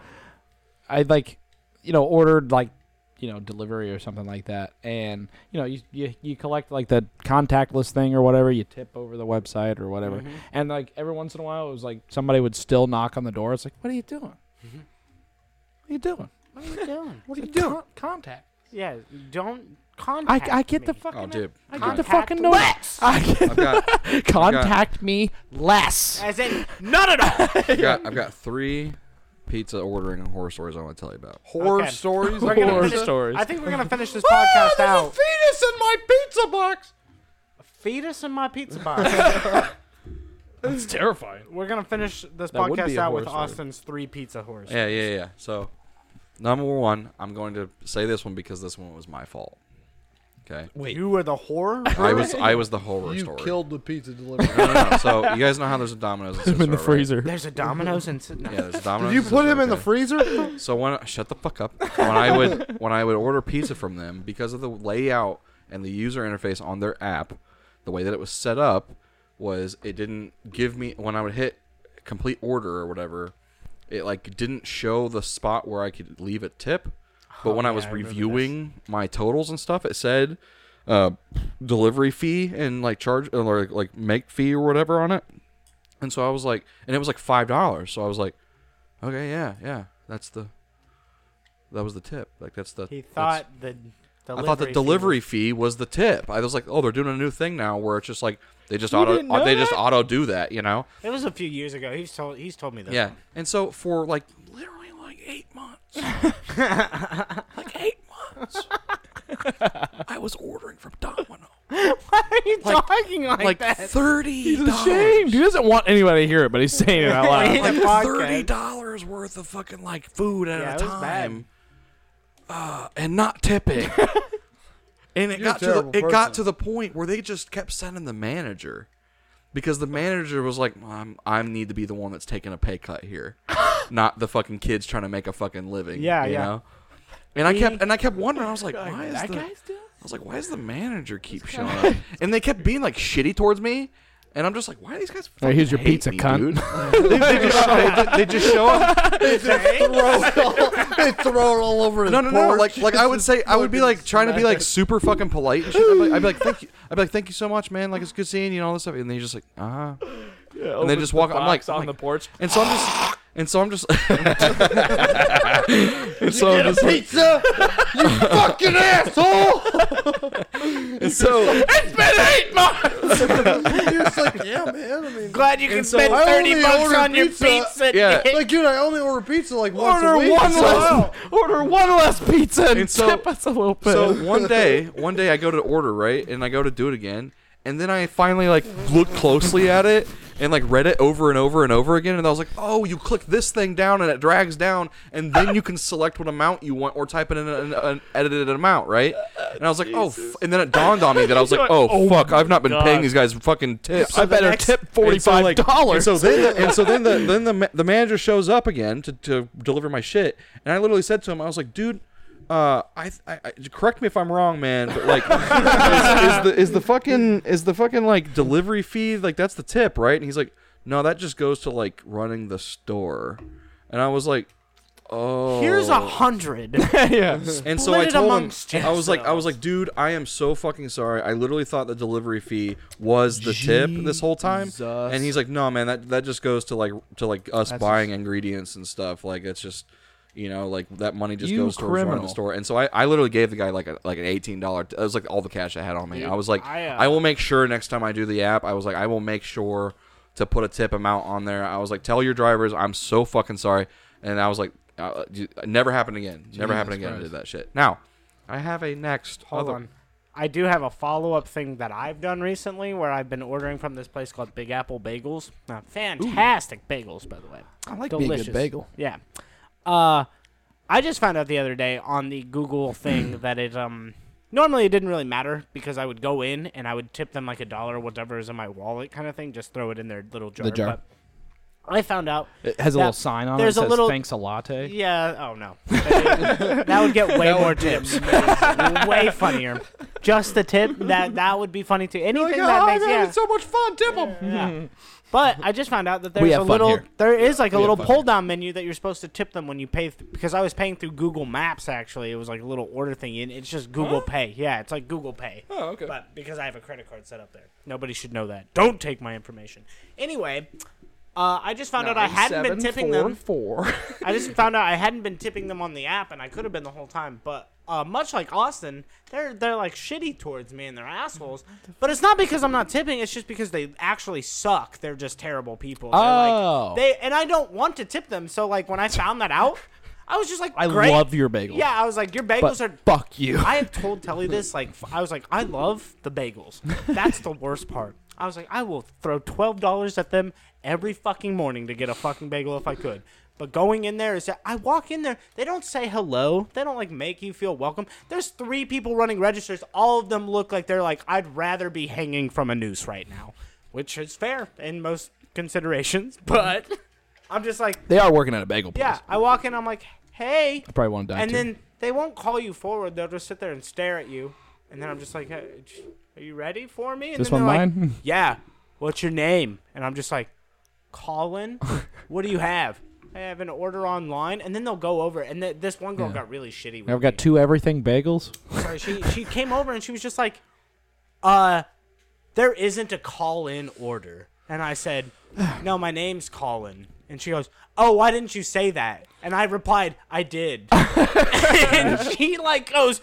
I like, you know, ordered like, you
you know delivery or something like that and you know you, you you collect like the contactless thing or whatever you tip over the website or whatever and like every once in a while it was like somebody would still knock on the door it's like what are you doing what are you doing
What are you doing?
what are you doing contact
Yeah, don't
I,
contact.
I get
me.
the fucking
Oh, dude.
I get
Contact
the fucking note.
less.
I get [LAUGHS]
I've got,
contact me less.
As in, [LAUGHS] not at all.
I've got, I've got three pizza ordering and horror stories I want to tell you about.
Horror
Okay.
stories.
We're gonna
Horror
finish-
stories.
I think we're gonna finish [LAUGHS] this
Ah,
podcast
there's a
out.
fetus in my pizza box.
Fetus in my pizza [LAUGHS] box.
That's terrifying.
we're gonna finish this
That would
podcast
be a
out with
horror story.
Austin's three pizza horse.
Yeah, yeah, yeah. So, number one, I'm going to say this one because this one was my fault. Okay.
You were the horror.
I was I was the horror
You
story.
killed the pizza delivery.
No, no, no. So you guys know how there's a
[LAUGHS]
Domino's in,
in
Cicero,
the
right?
freezer.
There's a Domino's and no.
Yeah, there's a Domino's.
[LAUGHS] you put
Cicero,
him in the
okay.
freezer?
So when shut the fuck up. When I would [LAUGHS] when I would order pizza from them because of the layout and the user interface on their app, the way that it was set up was it didn't give me when I would hit complete order or whatever, it like didn't show the spot where I could leave a tip. But
Oh,
when I was reviewing my totals and stuff, it said uh, delivery fee and like charge or like make fee or whatever on it. And so I was like, and it was like five dollars. So I was like, okay, yeah, yeah, that's the, that was the tip. Like that's the.
[LAUGHS] He
that's-
thought the.
I thought the
fee
delivery fee was the tip. I was like, oh, they're doing a new thing now where it's just like they just auto uh,
didn't know
they just
that?
auto do that, you know?
was- It was a few years ago. He's told. He's told me that.
Yeah. And so for like literally like eight months, like eight
[LAUGHS]
months, I was ordering from Domino
[LAUGHS] Why are you talking like,
like
that?
thirty
Shame. He doesn't want anybody to hear it, but he's saying it out loud.
In a
like thirty
podcast.
dollars worth of fucking like food at a
Yeah, it was bad.
time, uh, and not
[LAUGHS]
tipping. and it
You're a
got to the,
terrible
it got
person.
to the point where they just kept sending the manager because the manager was like, "Well, "I'm I need to be the one that's taking a pay cut
[LAUGHS]
here, not the fucking kids trying to make a fucking living."
Yeah,
you
yeah.
Know? And I kept and I kept wondering. I was
[LAUGHS]
like, "Why is
that
the?"
guy's doing?
I was like, "Why does the manager keep showing up?" And they kept being like shitty towards me. And I'm just like, why are these guys?
Hey, here's your
fucking hate
pizza,
me,
cunt.
dude? [LAUGHS] they, they just, they, they just show up.
throw it all, they throw it
[LAUGHS]
all over his
No, no, no.
porch.
Like, like I would say, I would be like
Fucking
trying to be like
smack
super fucking polite and shit. I'd be, like, I'd be like, thank you. I'd be like, thank you so much, man. Like, it's good seeing you and all this stuff. And they just like, uh huh. and they just walk. I'm like, I'm
on
like-
the porch.
and so I'm just, and so I'm just, and so
it.
I'm just, like-
pizza. you fucking asshole!
and so
[LAUGHS] He was like, yeah, man. I mean,
Glad you can
so
spend
I
thirty
only
bucks
ordered
on your
pizza-
pizza.
Yeah.
Nick.
like, dude, I only order pizza like once
[LAUGHS] Order
a week.
one
so-
less.
[LAUGHS]
[LAUGHS]
Order one less pizza and,
And so-
tip us a little bit.
so one day, one day I go to order right, and I go to do it again, and then I finally like looked closely at it and like read it over and over and over again, and I was like, oh, you click this thing down and it drags down, and then you can select what amount you want or type in an, an, an edited amount, right? And I was like, oh, f-. and then it dawned on me that I was like, oh, fuck, I've not been paying these guys fucking tips.
I better
next-
tip
And so,
forty-five
like-
dollars.
And so then, the, and so then the then the, ma- the manager shows up again to, to deliver my shit, and I literally said to him, I was like, dude. Uh, I, I, I correct me if I'm wrong, man.
[LAUGHS]
But like, is, is the is the fucking is the fucking like delivery fee like that's the tip, right? And he's like, no, that just goes to like running the store. And I was like, oh,
Here's a hundred.
[LAUGHS]
[LAUGHS]
yeah.
and so
Split
I
it
told him,
amongst
I was like, I was like, dude, I am so fucking sorry. I literally thought the delivery fee was the tip this whole time, and he's like, no, man, that that just goes to like to like us buying ingredients and stuff. Like it's just. You know, like that money just
You
goes towards running the
criminal.
store, and so I, I literally gave the guy like a, like an eighteen dollar. It was like all the cash I had on me. I was like,
I,
I,
uh,
will make sure next time I do the app. I was like, I will make sure to put a tip amount on there. I was like, tell your drivers, I'm so fucking sorry. And I was like, uh, you- never happened again. Never happened again. I did that shit. Now, I have a next.
Hold
other-
on. I do have a follow up thing that I've done recently where I've been ordering from this place called Big Apple Bagels. Uh, fantastic bagels, by the way. I like
me a good
Delicious.
bagel.
Yeah. Uh, I just found out the other day on the Google [CLEARS THROAT] thing that it um normally it didn't really matter because I would go in and I would tip them like a dollar, whatever is in my wallet, kind of thing. Just throw it in their little jar.
jar.
But I found out.
It has a
that
little sign on
there's
it.
a
that says,
little-
thanks a latte.
Yeah. Oh [LAUGHS] no. that would get way more tips. way funnier. Just the tip that that would be funny too. Anything
Like, oh,
that
I'm
makes
having
yeah.
Mm. so much fun. Tip him.
yeah. [LAUGHS] But I just found out that
We
there's
have
a
fun
little,
here.
there is like a
We have
little
fun
pull down menu that you're supposed to tip them when you pay. Th- because I was paying through Google Maps actually, it was like a little order thing, and it's just Google Pay. Yeah, it's like Google Pay.
Oh, okay.
But because I have a credit card set up there, nobody should know that. Don't take my information. Anyway, uh, I just found out I hadn't been tipping them.
[LAUGHS]
Four.
I just found out I hadn't been tipping them on the app, and I could have been the whole time. But uh, much like Austin, they're they're like shitty towards me and they're assholes. But it's not because I'm not tipping. It's just because they actually suck. They're just terrible people. They're
Oh.
Like, they and I don't want to tip them. So like when I found that out, I was just like,
I
great.
love your bagel.
Yeah, I was like, your
But
bagels are.
fuck
[LAUGHS]
you.
I have told Telly this. Like f- I was like, I love the bagels. That's the worst part. I was like, I will throw twelve dollars at them every fucking morning to get a fucking bagel if I could. But going in there is that I walk in there, they don't say hello. They don't like make you feel welcome. There's three people running registers. All of them look like they're like, I'd rather be hanging from a noose right now, which is fair in most considerations. But I'm just like,
They are working at a bagel place.
yeah. I walk in, I'm like, hey,
I probably want to die
and
too.
then they won't call you forward. They'll just sit there and stare at you. And then I'm just like, "Hey, j- "Are you ready for me?" And
This
then they're
one
like,
[LAUGHS] mine?
yeah. What's your name? And I'm just like, Colin. what do you have? [LAUGHS] I have an order online. And then they'll go over. it. And th- this one girl got really shitty. With
I've got two everything bagels.
[LAUGHS]
Sorry, she she came over and she was just like, "Uh, there isn't a call in order." And I said, "No, my name's Colin." And she goes, "Oh, why didn't you say that?" And I replied, "I did." and she like goes,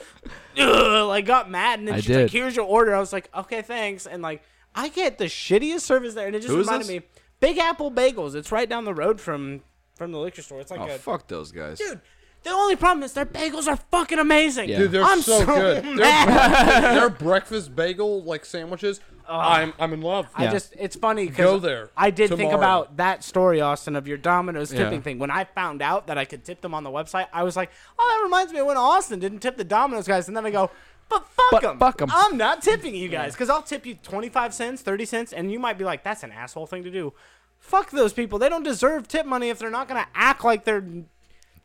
Ugh, like got mad, and then
I
she's like,
did.
"Here's your order." I was like, "Okay, thanks." And like, I get the shittiest service there, and it just
Who is
reminded
this?
me, Big Apple Bagels. It's right down the road from from the liquor store. It's like
Oh,
a
fuck those guys.
dude. The only problem is their bagels are fucking amazing.
Yeah.
Dude, they're
I'm
so,
so
good. Their, their breakfast bagel like sandwiches. I'm I'm in love.
I just it's funny
Go
because
there.
I did think
tomorrow.
about that story, Austin, of your Domino's tipping
Yeah.
thing. When I found out that I could tip them on the website, I was like, "Oh, that reminds me of when Austin didn't tip the Domino's guys." And then I go, "But fuck
But
them,
fuck 'em.
I'm not tipping you guys because I'll tip you twenty five cents, thirty cents, and you might be like, "That's an asshole thing to do." Fuck those people. They don't deserve tip money if they're not gonna act like they're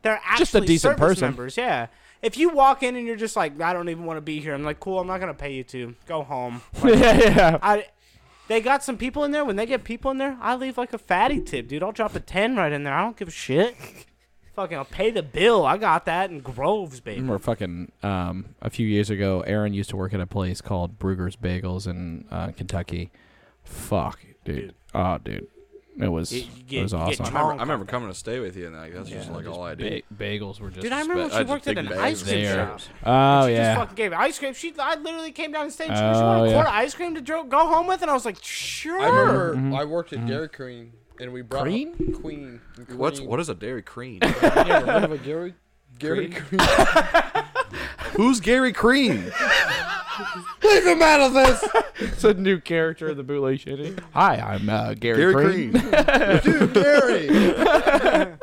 they're actually
Just a decent
service
person.
members. Yeah. If you walk in and you're just like, "I don't even want to be here," I'm like, "Cool, I'm not gonna pay you to go home."
yeah, yeah.
I they got some people in there. When they get people in there, I leave like a fatty tip, dude. I'll drop a ten right in there. I don't give a shit. Fucking, I'll pay the bill. I got that in Groves,
I
baby.
remember fucking um, a few years ago, Aaron used to work at a place called Brugger's Bagels in uh, Kentucky. Fuck, dude. Oh, dude. It was,
You- you
it
get-
was
you get
awesome.
I remember,
Long
I remember coming to stay with you, and like, that's just like all I did.
Ba- bagels were just.
Dude, I remember when
I
she
just
worked at
think
an
bags
ice cream
there.
shop.
[LAUGHS] Oh
She
yeah.
just fucking gave ice cream. She, I literally came downstage. She, she
Oh,
wanted a quart
yeah.
of ice cream to dro- go home with, and I was like, sure.
I remember I worked at Dairy Queen and we brought
Crean?
Queen. Queen.
What's what is a Dairy [LAUGHS] Cream?
You ever heard of a [LAUGHS] Dairy Dairy Queen?
Who's Gary [LAUGHS] Cream?
Leave him out of this.
It's a new character in the bootleg shitty. Hi, I'm uh, Gary,
Gary
Green.
Cream. [LAUGHS]
Dude, [LAUGHS] Gary. Oh,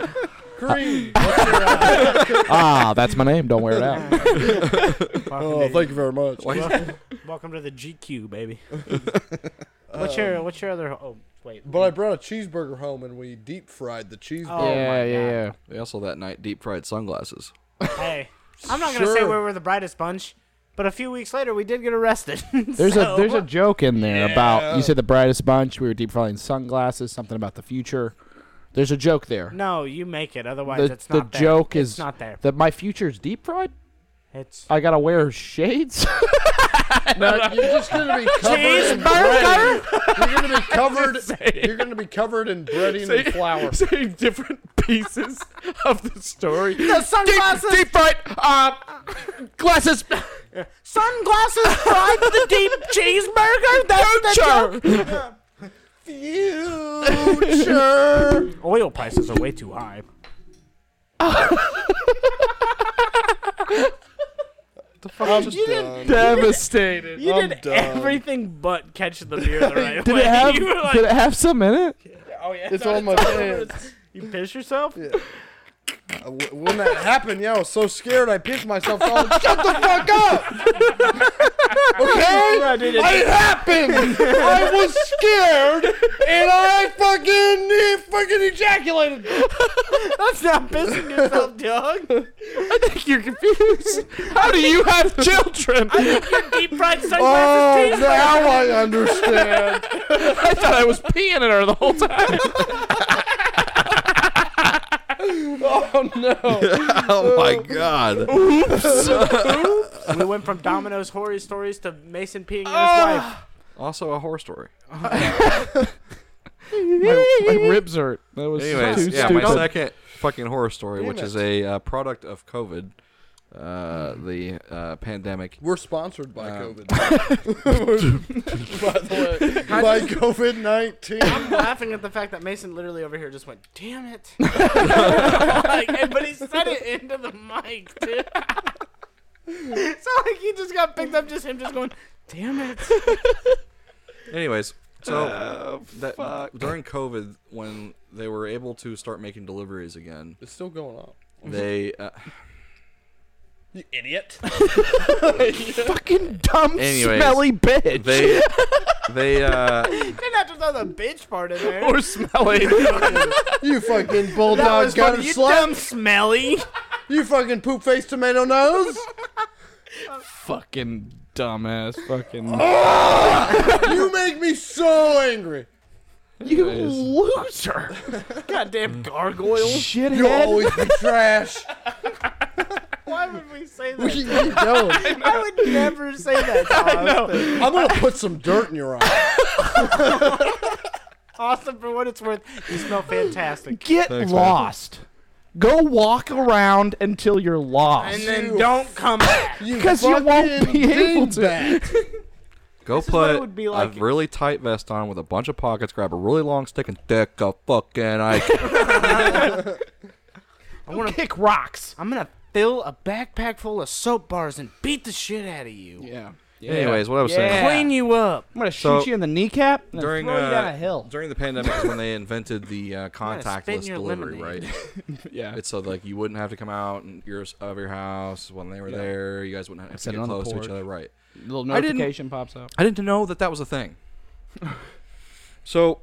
Cream.
[LAUGHS]
[LAUGHS]
ah, that's my name. Don't wear it out.
Welcome,
Oh,
to,
thank you very much.
welcome to the GQ,
[LAUGHS]
baby. what's your
Um,
What's your other? Oh, wait.
But I brought a cheeseburger home and we deep fried the cheeseburger.
[LAUGHS] Oh my
yeah, yeah, yeah.
They also that night deep fried sunglasses.
Hey, I'm not gonna say
Sure.
we were the brightest bunch, but a few weeks later we did get arrested. [LAUGHS]
There's
so,
a there's a joke in there about
Yeah.
you said the brightest bunch. We were deep frying sunglasses. Something about the future. There's a joke there.
no. You make it, otherwise
the
it's
the
not there.
joke
It's
is
not there.
that my future's deep fried.
It's
I gotta wear shades. [LAUGHS]
Now, you're just gonna be covered in bread.
cheeseburger.
You're [LAUGHS] gonna be covered. you're gonna be covered in breading [LAUGHS] and flour.
[LAUGHS] Same different pieces of the story.
The sunglasses.
Deep fried uh, glasses. [LAUGHS]
Sunglasses fried the deep cheeseburger. That's the joke.
Future.
Oil prices are way too high.
[LAUGHS] I'm done.
Devastated.
You
I'm
did
done.
everything but catch the beer [LAUGHS] the right
Did
way.
it have?
you were like,
did it have some in it?
oh yeah,
It's
no,
on my pants.
You piss yourself?
Uh, wh- When that happened, yeah, I was so scared I pissed myself. So I was, Shut the fuck up! Okay?
I did it.
It happened. I was scared, and I fucking
[LAUGHS]
fucking ejaculated.
That's not pissing yourself, Doug.
You're confused. How do you have children? I
Your deep [LAUGHS] fried
Oh,
sunglasses. [LAUGHS]
now I understand.
thought I was peeing at her the whole time.
[LAUGHS] Oh no.
[LAUGHS] oh my god.
we went from Domino's horror stories to Mason peeing in his wife.
Also a horror story.
my, my ribs hurt. That was
Anyways,
too
yeah,
stupid.
my second fucking horror story,
Damn
which
it.
is a uh, product of COVID, uh, the uh, pandemic.
We're sponsored by COVID. [LAUGHS] by the way, by COVID nineteen.
I'm laughing at the fact that Mason literally over here just went, "Damn [LAUGHS] it!" like, and- but he said it into the mic, dude. it's not like he just got picked up. Just him, just going, "Damn it!"
Anyways, so
Oh,
that, during COVID, when they were able to start making deliveries
[LAUGHS]
again,
It's still going on.
they uh,
You idiot.
fucking dumb,
Anyways,
smelly bitch.
they they uh,
[LAUGHS] Didn't have to throw the bitch part in [LAUGHS] there.
[LAUGHS] or smelly.
you fucking
that
bulldog
was
gutter
funny. You
slut.
dumb smelly.
You fucking poop faced
[LAUGHS]
tomato nose.
fucking dumbass. Fucking.
you make me so angry.
[LAUGHS] You loser.
Goddamn gargoyle.
You
Shithead.
always be
[LAUGHS]
trash.
Why would we say
We
that?
keep going.
[LAUGHS] I would never say [LAUGHS] that. To Austin.
I'm gonna put some dirt in your eye.
Austin, for what it's worth, you smell fantastic.
Get lost. Go walk around until you're
And
lost.
then don't come back.
You
'Cause you won't
fucking
be able to.
dingbat.
go
is what it
put
would be like.
a really tight vest on with a bunch of pockets, grab a really long stick, and dick a fucking Ike.
I want to
[LAUGHS] Kick rocks.
I'm gonna fill a backpack full of soap bars and beat the shit out of you.
[LAUGHS] Yeah.
Anyways, what I was saying.
Yeah.
Clean you up.
I'm gonna shoot
So-
you in the kneecap and then
During
throw you down
uh,
a hill.
during the pandemic is when they invented the
[LAUGHS]
uh,
gonna spit in
contactless
your
delivery,
lemonade.
right?
Yeah.
It's so like you wouldn't have to come out and your of your house when they were there. You guys wouldn't have
Sit
to get
on the
close to each
porch.
other, right?
little
I didn't-
notification pops up.
I didn't know that that was a thing. so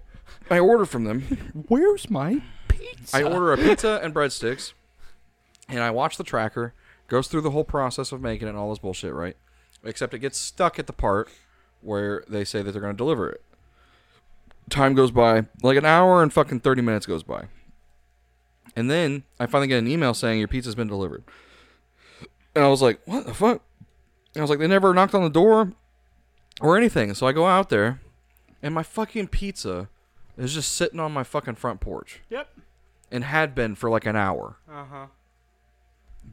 I order from them.
[LAUGHS]
Where's my [LAUGHS] pizza?
I order a pizza and breadsticks, and I watch the tracker goes through the whole process of making it and all this bullshit, right? Except it gets stuck at the part where they say that they're going to deliver it. Time goes by, like an hour and fucking thirty minutes goes by, and then I finally get an email saying your pizza's been delivered, and I was like, what the fuck? And I was like, they never knocked on the door or anything. So I go out there, and my fucking pizza is just sitting on my fucking front porch
Yep.
and had been for like an hour.
Uh huh.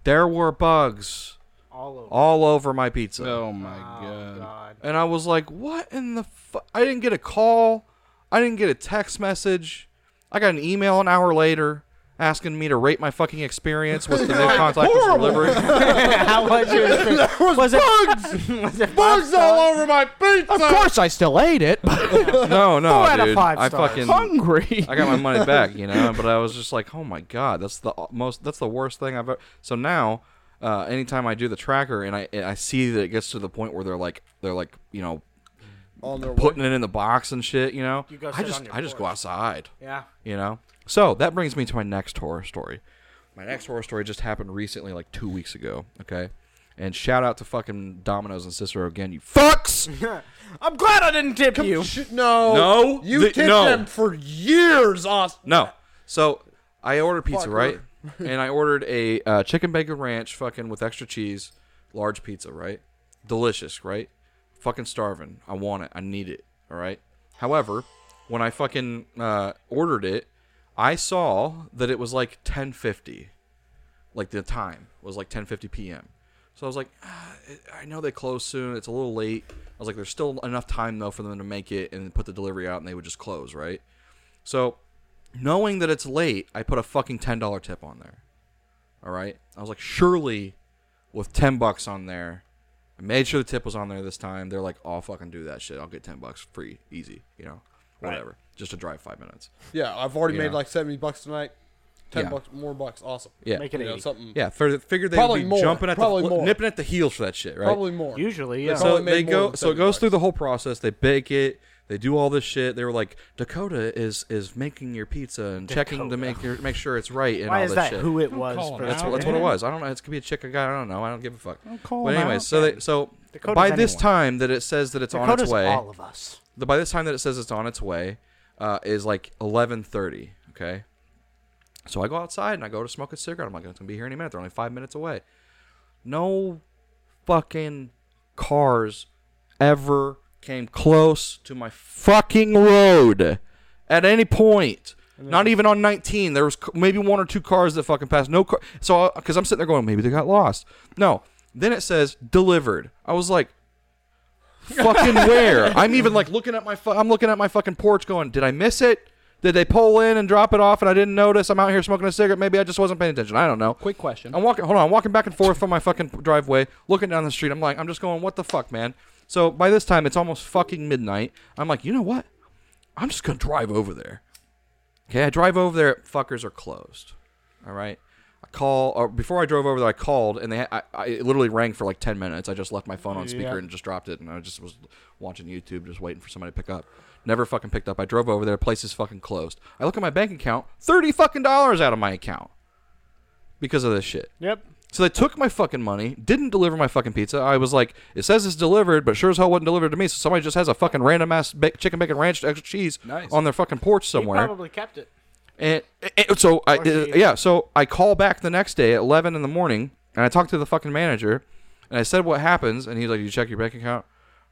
There were bugs
All over.
all over my pizza.
Oh my
Oh,
god.
God.
And I was like, what in the fu-? I didn't get a call. I didn't get a text message. I got an email an hour later asking me to rate my fucking experience
[LAUGHS]
with the new contactless delivery.
How was your experience?
There was,
Was it-
bugs.
Was it
bugs
five
all
stars?
over my pizza.
Of course, I still ate it, but
No, no,
Four out of
Oh, dude.
five
I
stars.
fucking
hungry.
[LAUGHS]
I got my money back, you know. But I was just like, oh my god, that's the most, that's the worst thing I've ever. So now, uh, anytime I do the tracker and I and I see that it gets to the point where they're like they're like you know
On their way.
putting it in the box and shit, you know.
You go
I
sit
just
on your
I just go
porch.
outside,
Yeah.
you know. So that brings me to my next horror story. My next horror story just happened recently, like two weeks ago. Okay, and shout out to fucking Domino's and Cicero again, you fucks.
I'm glad I didn't tip you.
Sh- No.
No,
You
the-
tipped
no.
them for years, Austin.
No. So I ordered pizza,
Fucker.
right? and I ordered a uh, chicken bacon ranch, fucking with extra cheese, large pizza, right? Delicious, right? Fucking starving. I want it. I need it. All right. However, when I fucking uh, ordered it, I saw that it was like 10:50, like the time was like 10:50 p.m. So I was like, ah, I know they close soon. It's a little late. I was like, there's still enough time though for them to make it and put the delivery out, and they would just close, right? So, knowing that it's late, I put a fucking ten dollar tip on there. All right, I was like, surely, with ten bucks on there, I made sure the tip was on there this time. They're like, I'll fucking do that shit. I'll get ten bucks free, easy, you know, whatever, just to drive five minutes.
Yeah, I've already
Yeah.
made like 70 bucks tonight. ten
Yeah.
bucks more bucks, awesome.
Yeah.
Make it
You know,
80.
something.
Yeah, for the figure they
Probably
would be
more.
jumping at
Probably
the
more.
nipping at the heels for that shit, right?
probably more.
Usually, yeah.
So
Probably made
they
more
go.
than
So it
70
goes
bucks.
through the whole process. They bake it. They do all this shit. They were like, Dakota is is making your pizza and checking to make your make sure it's right and
Why
all
is
this
that
shit.
who it was?
calling
for
out.
that's what, that's what it was. I don't know. It could be a chick or guy. I don't know. I don't give a fuck.
call
but
'em
anyways,
out.
so they so
Dakota's
by this
anyone.
time that it says that it's on
Dakota's
its way.
all of us.
the, by this time that it says it's on its way uh, is like 11.30 okay so i go outside and i go to smoke a cigarette i'm like it's gonna be here any minute they're only five minutes away no fucking cars ever came close to my fucking road at any point not even on 19 there was c- maybe one or two cars that fucking passed no car so because i'm sitting there going maybe they got lost no then it says delivered i was like fucking where? I'm even like looking at my fu- I'm looking at my fucking porch going, did I miss it? Did they pull in and drop it off and I didn't notice? I'm out here smoking a cigarette. Maybe I just wasn't paying attention. I don't know.
Quick question.
I'm walking. Hold on. I'm walking back and forth from my fucking driveway, looking down the street. I'm like, I'm just going, what the fuck, man? So by this time, it's almost fucking midnight. I'm like, you know what? I'm just gonna drive over there. Okay, I drive over there. Fuckers are closed. All right. I call or before I drove over there, I called and they I, I it literally rang for like ten minutes. I just left my phone on speaker and just dropped it, and I just was watching YouTube, just waiting for somebody to pick up. Never fucking picked up. I drove over there. Place is fucking closed. I look at my bank account. Thirty fucking dollars out of my account because of this shit.
Yep.
So they took my fucking money, didn't deliver my fucking pizza. I was like, it says it's delivered, but sure as hell wasn't delivered to me. So somebody just has a fucking random ass ba- chicken bacon ranch extra cheese on their fucking porch somewhere.
Probably kept it.
And, and so I
she-
yeah, so I call back the next day at eleven in the morning, and I talk to the fucking manager, and I said what happens, and he's like, "You check your bank account,"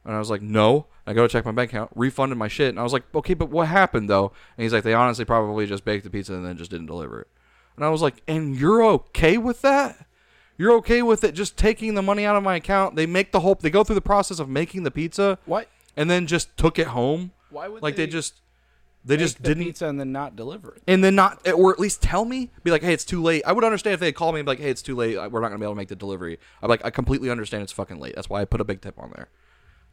and I was like, "No." And I go to check my bank account, refunded my shit, and I was like, "Okay, but what happened though?" And he's like, "They honestly probably just baked the pizza and then just didn't deliver it," and I was like, "And you're okay with that?" You're okay with it just taking the money out of my account. They make the whole they go through the process of making the pizza.
What?
And then just took it home.
Why would
like they,
they
just they just
the
didn't
pizza and then not deliver it.
and then not or at least tell me be like hey it's too late i would understand if they had called me and be like hey it's too late I- we're not gonna be able to make the delivery i'm like i completely understand it's fucking late that's why i put a big tip on there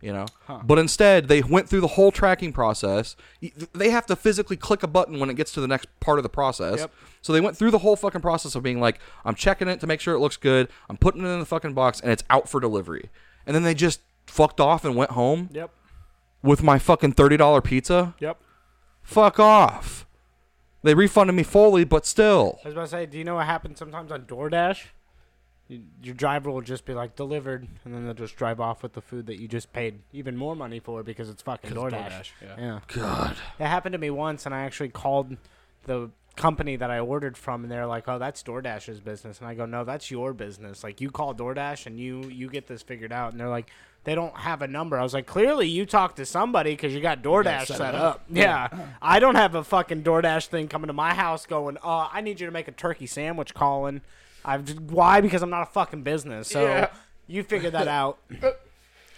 you know but instead they went through the whole tracking process Y- they have to physically click a button when it gets to the next part of the process so they went through the whole fucking process of being like i'm checking it to make sure it looks good i'm putting it in the fucking box and it's out for delivery and then they just fucked off and went home
Yep.
with my fucking $30 pizza
Yep.
fuck off they refunded me fully, but still.
I was about to say, do you know what happens sometimes on DoorDash? You, your driver will just be like delivered, and then they'll just drive off with the food that you just paid even more money for because it's fucking DoorDash.
yeah.
Yeah. God. It happened to me once, and I actually called the company that I ordered from, and they're like, "Oh, that's DoorDash's business," and I go, "No, that's your business. Like, you call DoorDash, and you you get this figured out." And they're like, "They don't have a number." I was like, "Clearly, you talked to somebody because you got DoorDash set, up." Yeah, I don't have a fucking DoorDash thing coming to my house going, "Uh, I need you to make a turkey sandwich." Calling, I've why because I'm not a fucking business. So
Yeah.
you figure that out.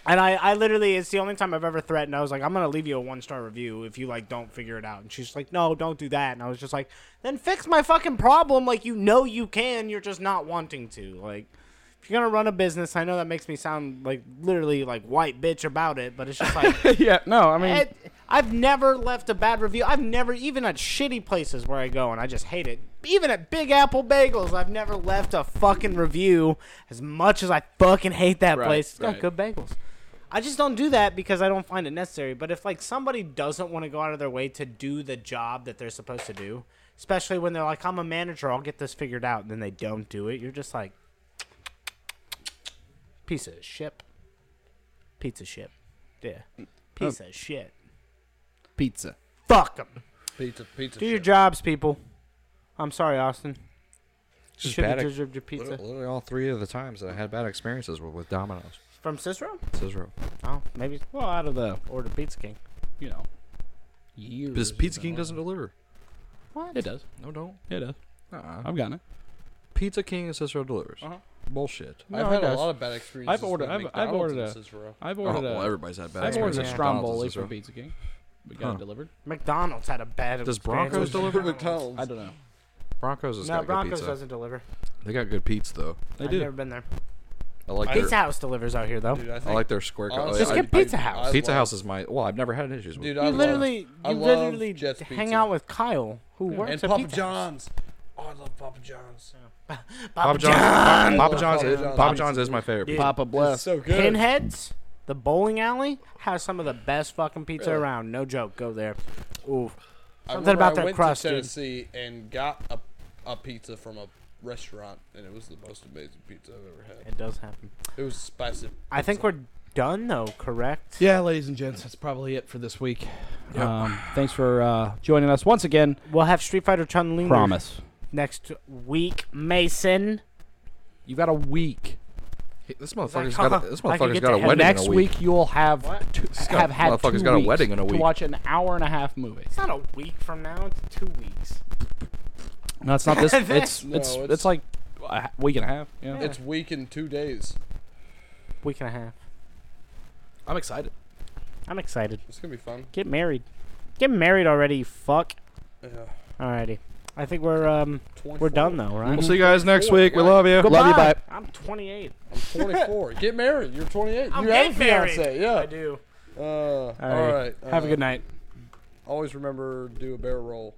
And I, I literally, it's the only time I've ever threatened. I was like, I'm gonna leave you a one star review if you like don't figure it out. And she's like, No, don't do that. And I was just like, Then fix my fucking problem. Like you know you can. You're just not wanting to. Like if you're gonna run a business, I know that makes me sound like literally like white bitch about it, but it's just like
yeah, no, I mean,
it, I've never left a bad review. I've never even at shitty places where I go and I just hate it. Even at Big Apple Bagels, I've never left a fucking review as much as I fucking hate that place. It's got
right.
good bagels. I just don't do that because I don't find it necessary. But if like somebody doesn't want to go out of their way to do the job that they're supposed to do, especially when they're like, "I'm a manager, I'll get this figured out," and then they don't do it, you're just like, piece of shit, piece of shit, yeah, piece of shit.
pizza.
Fuck them.
Pizza, pizza.
Do your
shit.
jobs, people. I'm sorry, Austin. You
Just
should have
bad ex-
deserved your pizza.
Literally all three of the times that I had bad experiences were with Domino's.
From Cicero?
Cicero.
Oh, maybe
Well, out of the
order Pizza King.
you know years.
Because Pizza King doesn't deliver.
It does.
No, don't.
It does.
Uh-uh.
I've gotten it.
Pizza King and Cicero delivers. Bullshit.
No,
I've
it
had a
does.
lot of bad experiences.
I've ordered-
with
I've- I've
McDonald's
ordered
and
a-
Cicero.
I've
Oh,
ordered a.
well, everybody's had bad
I've ordered
experiences.
a
with
stromboli
McDonald's
from
and Cicero.
Pizza King. We got
Huh.
it delivered.
McDonald's had a bad
Does
experience
Broncos
with-
deliver?
McDonald's.
I don't know.
Broncos has
No,
got
Broncos
good pizza.
doesn't deliver.
They got good pizza, though.
They
I've
do.
never been there.
I like
Pizza
their,
House delivers out here, though.
Dude, I,
I
think,
like their square. cut.
honestly,
Just
I-
get
I-
Pizza House.
I
Pizza
love-
House is my... Well, I've never had issues with
Dude,
it.
I
you
love-
literally,
I
you
love
literally
Jets
hang
pizza.
out with Kyle, who works
and
at
Papa
Pizza House.
John's. oh, I love Papa
[LAUGHS]
John's.
Papa John's. Papa, Papa
Oh,
John's
Papa
is
John's.
Papa John's is my favorite.
Yeah.
pizza.
Papa
It's
bless.
so good.
Pinheads, the bowling alley, has some of the best fucking pizza around. No joke. Go there. Ooh.
I
Something
remember
about
I
that
went
crust,
to
dude.
Tennessee and got a, a pizza from a restaurant, and it was the most amazing pizza I've ever had.
It does happen.
It was spicy.
I think we're done though, correct?
Yeah, ladies and gents, that's probably it for this week. Um, thanks for uh, joining us once again.
We'll have Street Fighter Chun Li
Promise.
next week, Mason.
You got a week.
Hey, This motherfucker's
Like,
got a, this
huh, I can
motherfucker's
get
got a
to heaven.
wedding
next
in a week.
you'll have two,
got-
have had two
motherfucker's got a
weeks
wedding in a
to
week.
watch an hour and a half movie.
It's not a week from now. It's two weeks.
No, it's [LAUGHS] not this. it's,
No,
it's
it's-
it's like a h- week and a half. Yeah.
It's week in two days.
Week and a half.
I'm excited.
I'm excited.
It's gonna be fun.
Get married. Get married already, you fuck.
Yeah.
Alrighty. I think we're um we're
24.
done though, right?
We'll see you guys next week. We love you.
Love you, bye.
I'm 28.
I'm
[LAUGHS]
24. Get married. You're 28.
I'm
you have a
getting married.
fiance.
I
Yeah.
do.
Uh, all right.
Have a
uh,
good night.
Always remember do a barrel roll.